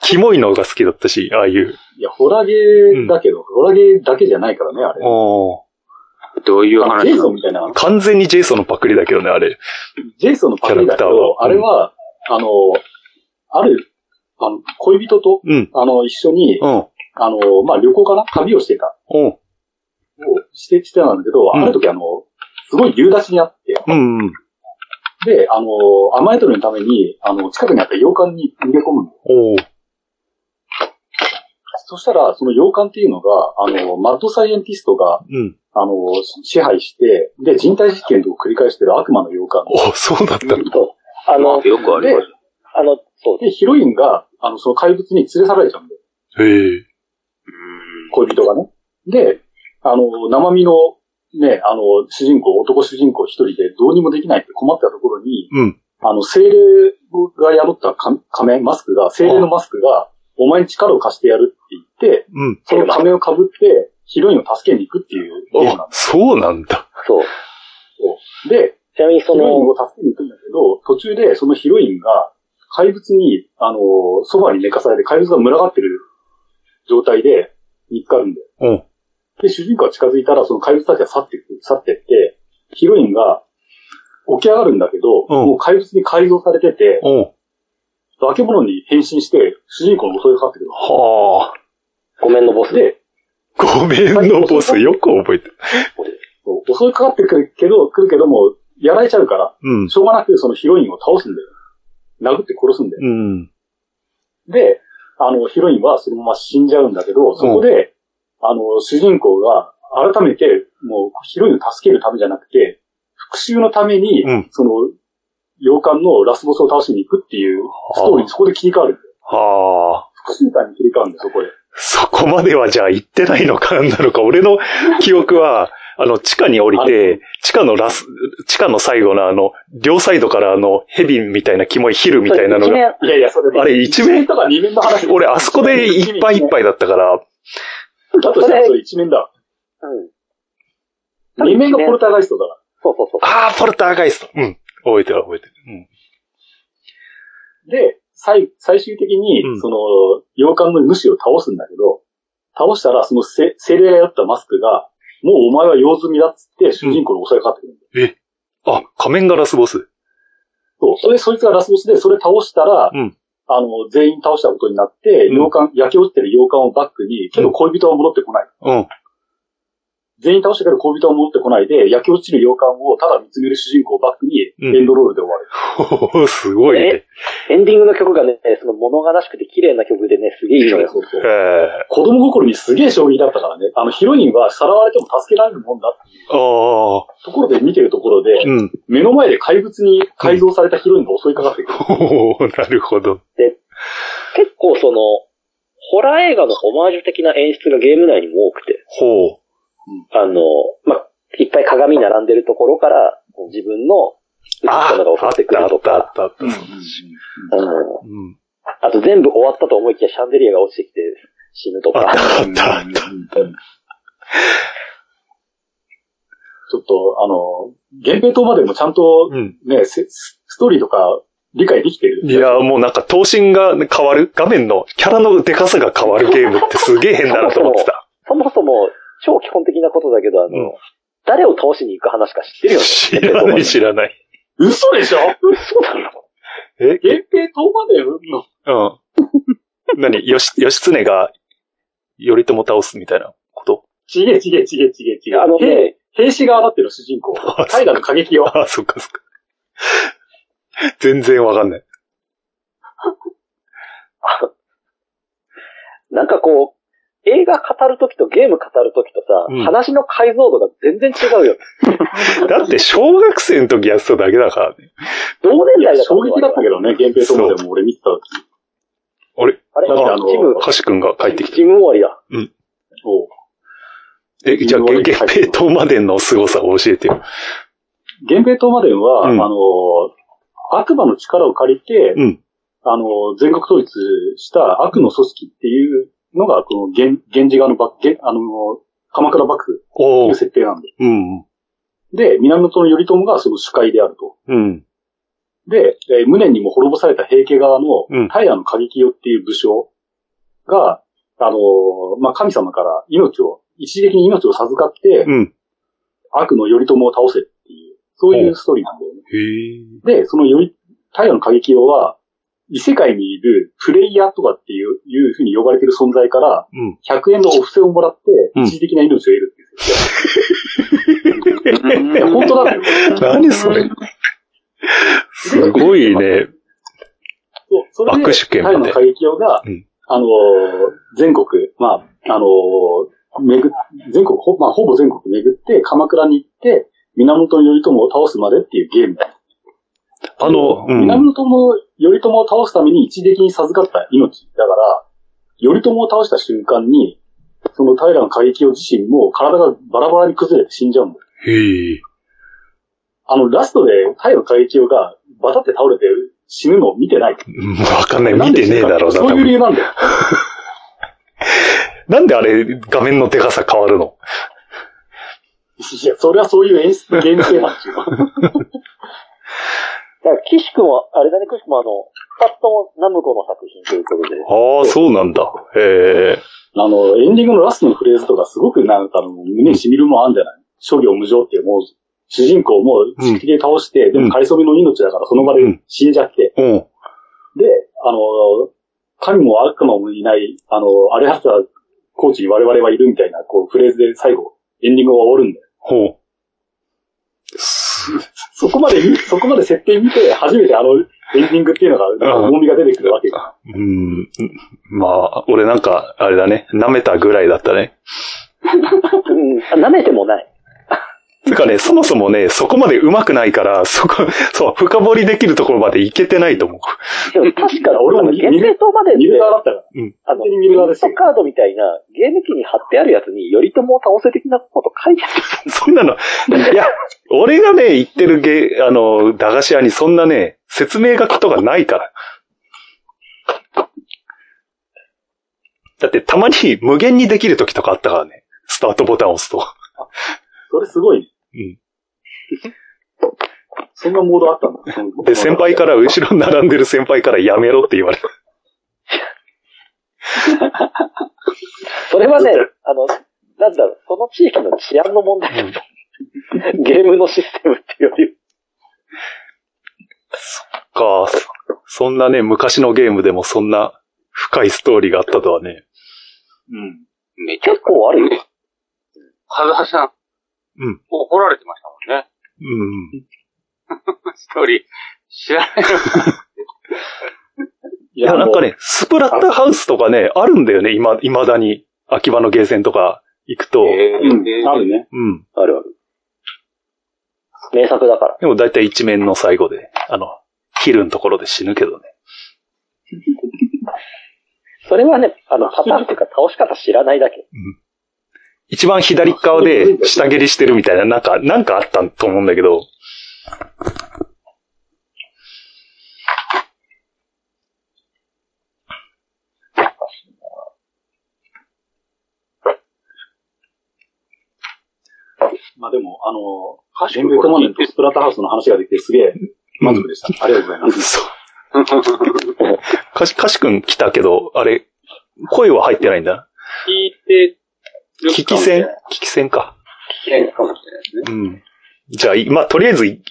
Speaker 1: キモいのが好きだったし、ああいう。
Speaker 3: いや、ホラゲーだけど、ホラゲーだけじゃないからね、あれ。
Speaker 1: お
Speaker 2: どういう
Speaker 3: あの
Speaker 2: 話
Speaker 3: ジェイ
Speaker 2: な
Speaker 3: ソ
Speaker 2: の
Speaker 3: ンみたいな
Speaker 1: ー、完全にジェイソンのパクリだけどね、あれ。
Speaker 3: ジェイソンのパクリだけ
Speaker 1: キャラクターは
Speaker 3: ど、あれは、あの、ある、あの、恋人と、
Speaker 1: うん。
Speaker 3: あの、一緒に、
Speaker 1: うん。
Speaker 3: あの、まあ、旅行かな旅をしてた。
Speaker 1: うん。
Speaker 3: をして、してたんだけど、
Speaker 1: うん
Speaker 3: ある時あの、すごい夕立ちにあって、
Speaker 1: うん。うん
Speaker 3: で、あの、雨宿りのために、あの、近くにあった洋館に逃げ込むの。
Speaker 1: おー。
Speaker 3: そしたら、その洋館っていうのが、あの、マッドサイエンティストが、
Speaker 1: うん。
Speaker 3: あの、支配して、で、人体実験とかを繰り返してる悪魔の洋館。
Speaker 1: おー、そうだったの。
Speaker 6: あの、
Speaker 2: よくありま
Speaker 6: あの、そう、
Speaker 3: で、ヒロインが、あの、その怪物に連れ去られちゃうんだよ
Speaker 1: へえ。
Speaker 3: 恋人がね。で、あの、生身の、ね、あの、主人公、男主人公一人でどうにもできないって困ったところに、
Speaker 1: うん。
Speaker 3: あの、精霊が宿った仮仮面、マスクが、精霊のマスクが、お前に力を貸してやるって言って、
Speaker 1: うん。
Speaker 3: その仮面を被って、ヒロインを助けに行くっていうゲームなん
Speaker 1: あ、そうなんだ。
Speaker 6: そう。
Speaker 3: です。で、
Speaker 6: ちなみにそ
Speaker 3: ヒロイン
Speaker 6: の、
Speaker 3: を助けに行くんだけど、途中でそのヒロインが怪物に、あの、そばに寝かされて怪物が群がってる状態で見つかるんだよ。
Speaker 1: うん。
Speaker 3: で、主人公が近づいたら、その怪物たちが去っていく、去ってって、ヒロインが起き上がるんだけど、
Speaker 1: うん
Speaker 3: もう怪物に改造されてて、
Speaker 1: おー。
Speaker 3: 化け物に変身して、主人公の襲いかかってくる。
Speaker 1: はあ。
Speaker 6: ごめんのボス。
Speaker 3: で、
Speaker 1: ごめんのボス、よく覚えてる。
Speaker 3: そう襲いかかってくるけど、来るけども、やられちゃうから、
Speaker 1: うん。
Speaker 3: しょうがなくそのヒロインを倒すんだよ。殴って殺すんだよ。
Speaker 1: うん。
Speaker 3: で、あの、ヒロインはそのまま死んじゃうんだけど、そこで、あの、主人公が改めて、もう、ヒロインを助けるためじゃなくて、復讐のために、
Speaker 1: うん
Speaker 3: その、洋館のラスボスを倒しに行くっていうストーリーにそこで切り替わる。
Speaker 1: はあ。
Speaker 3: 複数体に切り替わるんだよ、そこで。
Speaker 1: そこまではじゃあ行ってないのかなんなのか、俺の記憶は、あの、地下に降りて、地下のラス、地下の最後のあの、両サイドからあの、ヘビみたいなキモいヒルみたいなのが、
Speaker 6: が。
Speaker 3: いやいや、それ、
Speaker 1: あれ一面
Speaker 3: 面とか二面の話。
Speaker 1: 俺あそこでいっぱいいっぱいだったから、
Speaker 3: だとしたらそれ一面だ。
Speaker 6: うん。
Speaker 3: 二面がポルターガイストだか
Speaker 6: そうそうそう。
Speaker 1: あー、ポルターガイスト。うん。覚えてる覚えてる。うん。
Speaker 3: ら。で、最、最終的に
Speaker 1: うん、
Speaker 3: その、洋館の主を倒すんだけど、倒したら、そのせ精霊がやったマスクが、もうお前は用済みだっつって、主人公に襲いかかってくるんだよ。
Speaker 1: あ、仮面ガラスボス。
Speaker 3: そう。それでそいつがラスボスで、それ倒したら、
Speaker 1: うん
Speaker 3: あの、全員倒したことになって、
Speaker 1: うん
Speaker 3: 洋館、焼け落ちてる洋館をバックに、けど恋人は戻ってこない。
Speaker 1: うん。
Speaker 3: 全員倒したけど恋人は戻ってこないで、焼け落ちる洋館をただ見つめる主人公をバックに、
Speaker 1: うん
Speaker 3: エンドロールで終わる。
Speaker 1: おーすごいね。
Speaker 6: エンディングの曲がね、その物悲しくて綺麗な曲でね、すげえいいのよ。
Speaker 3: そうそう
Speaker 1: えー、
Speaker 3: 子供心にすげえ衝撃だったからね。あの、ヒロインはさらわれても助けられるもんだっていう
Speaker 1: ああ、
Speaker 3: ところで見てるところで、
Speaker 1: うん。
Speaker 3: 目の前で怪物に改造されたヒロインが襲いかかってくる。
Speaker 1: おーなるほど。
Speaker 6: 結構その、ホラー映画のオマージュ的な演出がゲーム内にも多くて、
Speaker 1: ほ
Speaker 6: あの、まあ、いっぱい鏡並んでるところから、自分の映
Speaker 1: う。あ
Speaker 6: ったのが
Speaker 1: あ、
Speaker 6: 襲
Speaker 1: あっ
Speaker 6: ってく
Speaker 1: たあ
Speaker 6: る
Speaker 1: っ
Speaker 6: と
Speaker 1: たあっ
Speaker 6: か、
Speaker 1: たあった。
Speaker 6: うん
Speaker 1: うん。
Speaker 6: あと全部終わったと思いきやシャンデリアが落ちてきて死ぬと
Speaker 1: あっ
Speaker 6: か。
Speaker 1: たあったあっ
Speaker 3: ちょっと、あの、原平島までもちゃんと
Speaker 1: た。うん。
Speaker 3: ね、せスストーリーとか理解できてる。
Speaker 1: いや、もうなんか、頭身が変わる画面のキャラのデカさが変わるゲームってすげえ変だなと思ってた。
Speaker 6: そもそも、超基本的なことだけど、あの、
Speaker 1: うん
Speaker 6: 誰を倒しに行く話か知ってるよね。
Speaker 1: 知らない知らない。
Speaker 3: 嘘でしょ
Speaker 6: そうなの
Speaker 1: え
Speaker 3: 原平島までの
Speaker 1: うん。何よし、よしつねが、頼朝倒すみたいなこと
Speaker 3: ちげえちげえちげえちげえちげえ。
Speaker 6: あのね、
Speaker 3: 兵士側だっての主人公。
Speaker 1: あ
Speaker 3: 大河の過激を。
Speaker 1: ああ、そっかそっか。全然わかんない。
Speaker 6: なんかこう、映画語るときとゲーム語るときとさ、
Speaker 1: うん
Speaker 6: 話の解像度が全然違うよ。
Speaker 1: だって、小学生の時やってただけだからね。
Speaker 6: 同年
Speaker 3: いや
Speaker 6: 代だから
Speaker 3: 衝撃だったけどね、原平島までも俺見てた時。
Speaker 1: あれ
Speaker 6: あれ
Speaker 3: だってあの
Speaker 6: チーム、
Speaker 1: 歌詞くんが帰ってきた
Speaker 6: チーム終わりだ。
Speaker 3: そう
Speaker 1: え、じゃあ、原平東までの凄さを教えてよ。
Speaker 3: 源平島までは、
Speaker 1: うん
Speaker 3: あの、悪魔の力を借りて、
Speaker 1: うん
Speaker 3: あの、全国統一した悪の組織っていうのが、この源、源氏側の幕、源あの、鎌倉幕府と
Speaker 1: お
Speaker 3: いう
Speaker 1: ー
Speaker 3: 設定なんで。
Speaker 1: うん。
Speaker 3: で、源頼朝がその主会であると。
Speaker 1: うん。
Speaker 3: で、えー無念にも滅ぼされた平家側の
Speaker 1: うん、
Speaker 3: 平の過激よっていう武将が、あのーまあ、神様から命を、一時的に命を授かって、
Speaker 1: うん
Speaker 3: 悪の頼朝を倒せっていう、そういうストーリーなんだよね。
Speaker 1: へえ。
Speaker 3: で、そのより、太陽の過激用は、異世界にいるプレイヤーとかっていう、いうふうに呼ばれてる存在から、
Speaker 1: うん。
Speaker 3: 100円のお布施をもらって、
Speaker 1: うん
Speaker 3: 一時的な命を得るっていう設定。いや、本当だよ。
Speaker 1: 何それ。すごいね。
Speaker 3: そう、それで、
Speaker 1: 握手券みた
Speaker 3: 太
Speaker 1: い
Speaker 3: 陽の過激用が、
Speaker 1: うん
Speaker 3: あのー全国、まあ、あのー巡っ全国、ほ、まあ、ほぼ全国巡って、鎌倉に行って、源頼朝を倒すまでっていうゲーム。
Speaker 1: あの、うん。
Speaker 3: 源頼朝を倒すために一時的に授かった命。だから、頼朝を倒した瞬間に、その平の過激を自身も体がバラバラに崩れて死んじゃうんだよ。
Speaker 1: へえ。
Speaker 3: あの、ラストで平の過激がバタって倒れて死ぬのを見てない。
Speaker 1: うんわかんない。見てねえだろうな、
Speaker 3: な。そう
Speaker 1: 多
Speaker 3: いう
Speaker 1: 分。
Speaker 3: 理由なんだよ。
Speaker 1: なんであれ、画面のデカさ変わるの
Speaker 3: いや、それはそういう演出、ゲーム性なんですよ。
Speaker 6: だから、岸君は、あれだね、岸君もあの、二つともナムコの作品ということで。
Speaker 1: ああ、そうなんだ。へえ。
Speaker 3: あの、エンディングのラストのフレーズとかすごくなんかあの胸に染みるもんあんじゃない諸行無常ってもう、主人公も地で倒して、でも仮初めの命だからその場で死んじゃって、
Speaker 1: うん。
Speaker 3: で、あの、神も悪魔もいない、あの、アレハスタコーチに我々はいるみたいな、こう、フレーズで最後、エンディングが終わるんだよ。
Speaker 1: ほう。す
Speaker 3: そこまで見、そこまで設定見て、初めてあの、エンディングっていうのが、なんか重みが出てくるわけよ。
Speaker 1: うん。まあ、俺なんか、あれだね。舐めたぐらいだったね。
Speaker 6: うん。あ舐めてもない。
Speaker 1: つうかね、そもそもね、そこまで上手くないから、そこ、そう、深掘りできるところまでいけてないと思う。
Speaker 5: でも確か、
Speaker 3: 俺
Speaker 5: 俺
Speaker 3: も
Speaker 5: も
Speaker 3: 見
Speaker 5: 限定塔まで
Speaker 3: 見る
Speaker 5: で、
Speaker 3: 側だったから。
Speaker 5: あ
Speaker 3: 完
Speaker 5: の、
Speaker 3: 全に
Speaker 5: ミ
Speaker 3: 見る側で
Speaker 5: ン
Speaker 3: すよ
Speaker 5: トカードみたいな、ゲーム機に貼ってあるやつに、頼朝を倒せ的なこと書いてあ る。
Speaker 1: そんなの、いや、俺がね、行ってるゲ、あの、駄菓子屋にそんなね、説明書きとかないから。だってたまに無限にできる時とかあったからね。スタートボタンを押すと。
Speaker 3: それすごいね。
Speaker 1: うん。
Speaker 3: そんなモードあったんだ。その
Speaker 1: で、先輩から、後ろに並んでる先輩からやめろって言われた。
Speaker 5: それはね、あの、なんだろう、その地域の治安の問題だと思う。ゲームのシステムっていうより、
Speaker 1: か、そそんなね、昔のゲームでもそんな深いストーリーがあったとはね。
Speaker 3: うん。
Speaker 2: めっちゃ
Speaker 5: 結構あるよ。
Speaker 2: ね。はずはさん。
Speaker 1: うん。
Speaker 2: 怒られてましたもんね。
Speaker 1: うん。
Speaker 2: ストーリー。知らないの
Speaker 1: いや、なんか
Speaker 3: ね、
Speaker 1: ね、スプラッターハウスとかね、あるんだよね、今、未だに。秋葉のゲーセンとか行くと。
Speaker 3: うん
Speaker 2: え。ー
Speaker 3: あるね。
Speaker 1: うん。
Speaker 5: あるある。名作だから。
Speaker 1: でも大体一面の最後で、あの、ヒルのところで死ぬけどね。
Speaker 5: それはね、あの、パターンっていうか倒し方知らないだけ。
Speaker 1: 一番左側で下蹴りしてるみたいな、なんか、なんかあったと思うんだけど、
Speaker 3: まあでも、あの、ハッシュレントマネーとスプラッターハウスの話ができてすげえ満足でした。ありがとうございます。
Speaker 1: そう。かし、かしくん来たけど、あれ、声は入ってないんだ。
Speaker 2: 聞いてる
Speaker 1: 聞き戦聞き戦か。
Speaker 2: 危険かもしれないです
Speaker 1: う
Speaker 2: ね。
Speaker 1: ん。じゃあ、いまあ、とりあえずい、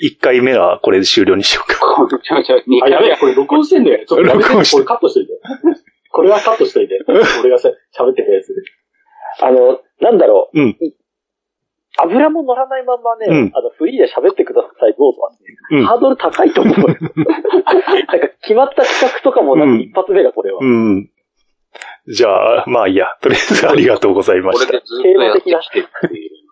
Speaker 1: 一回目はこれで終了にしようか。
Speaker 2: こうちょちょ、2
Speaker 3: あ、
Speaker 2: 回
Speaker 3: やべえ、
Speaker 2: 目。
Speaker 3: これ録音してんだよ。ちょっとやめて、
Speaker 1: 録
Speaker 3: こ
Speaker 1: 音して
Speaker 3: れカットしといて。これはカットしと いて。俺がさ喋ってたやつで。
Speaker 5: あの、なんだろう。
Speaker 1: うん
Speaker 5: い油も乗らないまんまね、
Speaker 1: うん
Speaker 5: あの、フリーで喋ってください、どうぞはね、
Speaker 1: うん
Speaker 5: ハードル高いと 思う。なんか、決まった企画とかもな
Speaker 1: うん
Speaker 5: く一発目がこれは。
Speaker 1: うん。じゃあ、まあいいや。とりあえずありがとうございま
Speaker 2: こ
Speaker 1: し
Speaker 2: れ
Speaker 1: た
Speaker 2: で。ずっとやってきてっていう。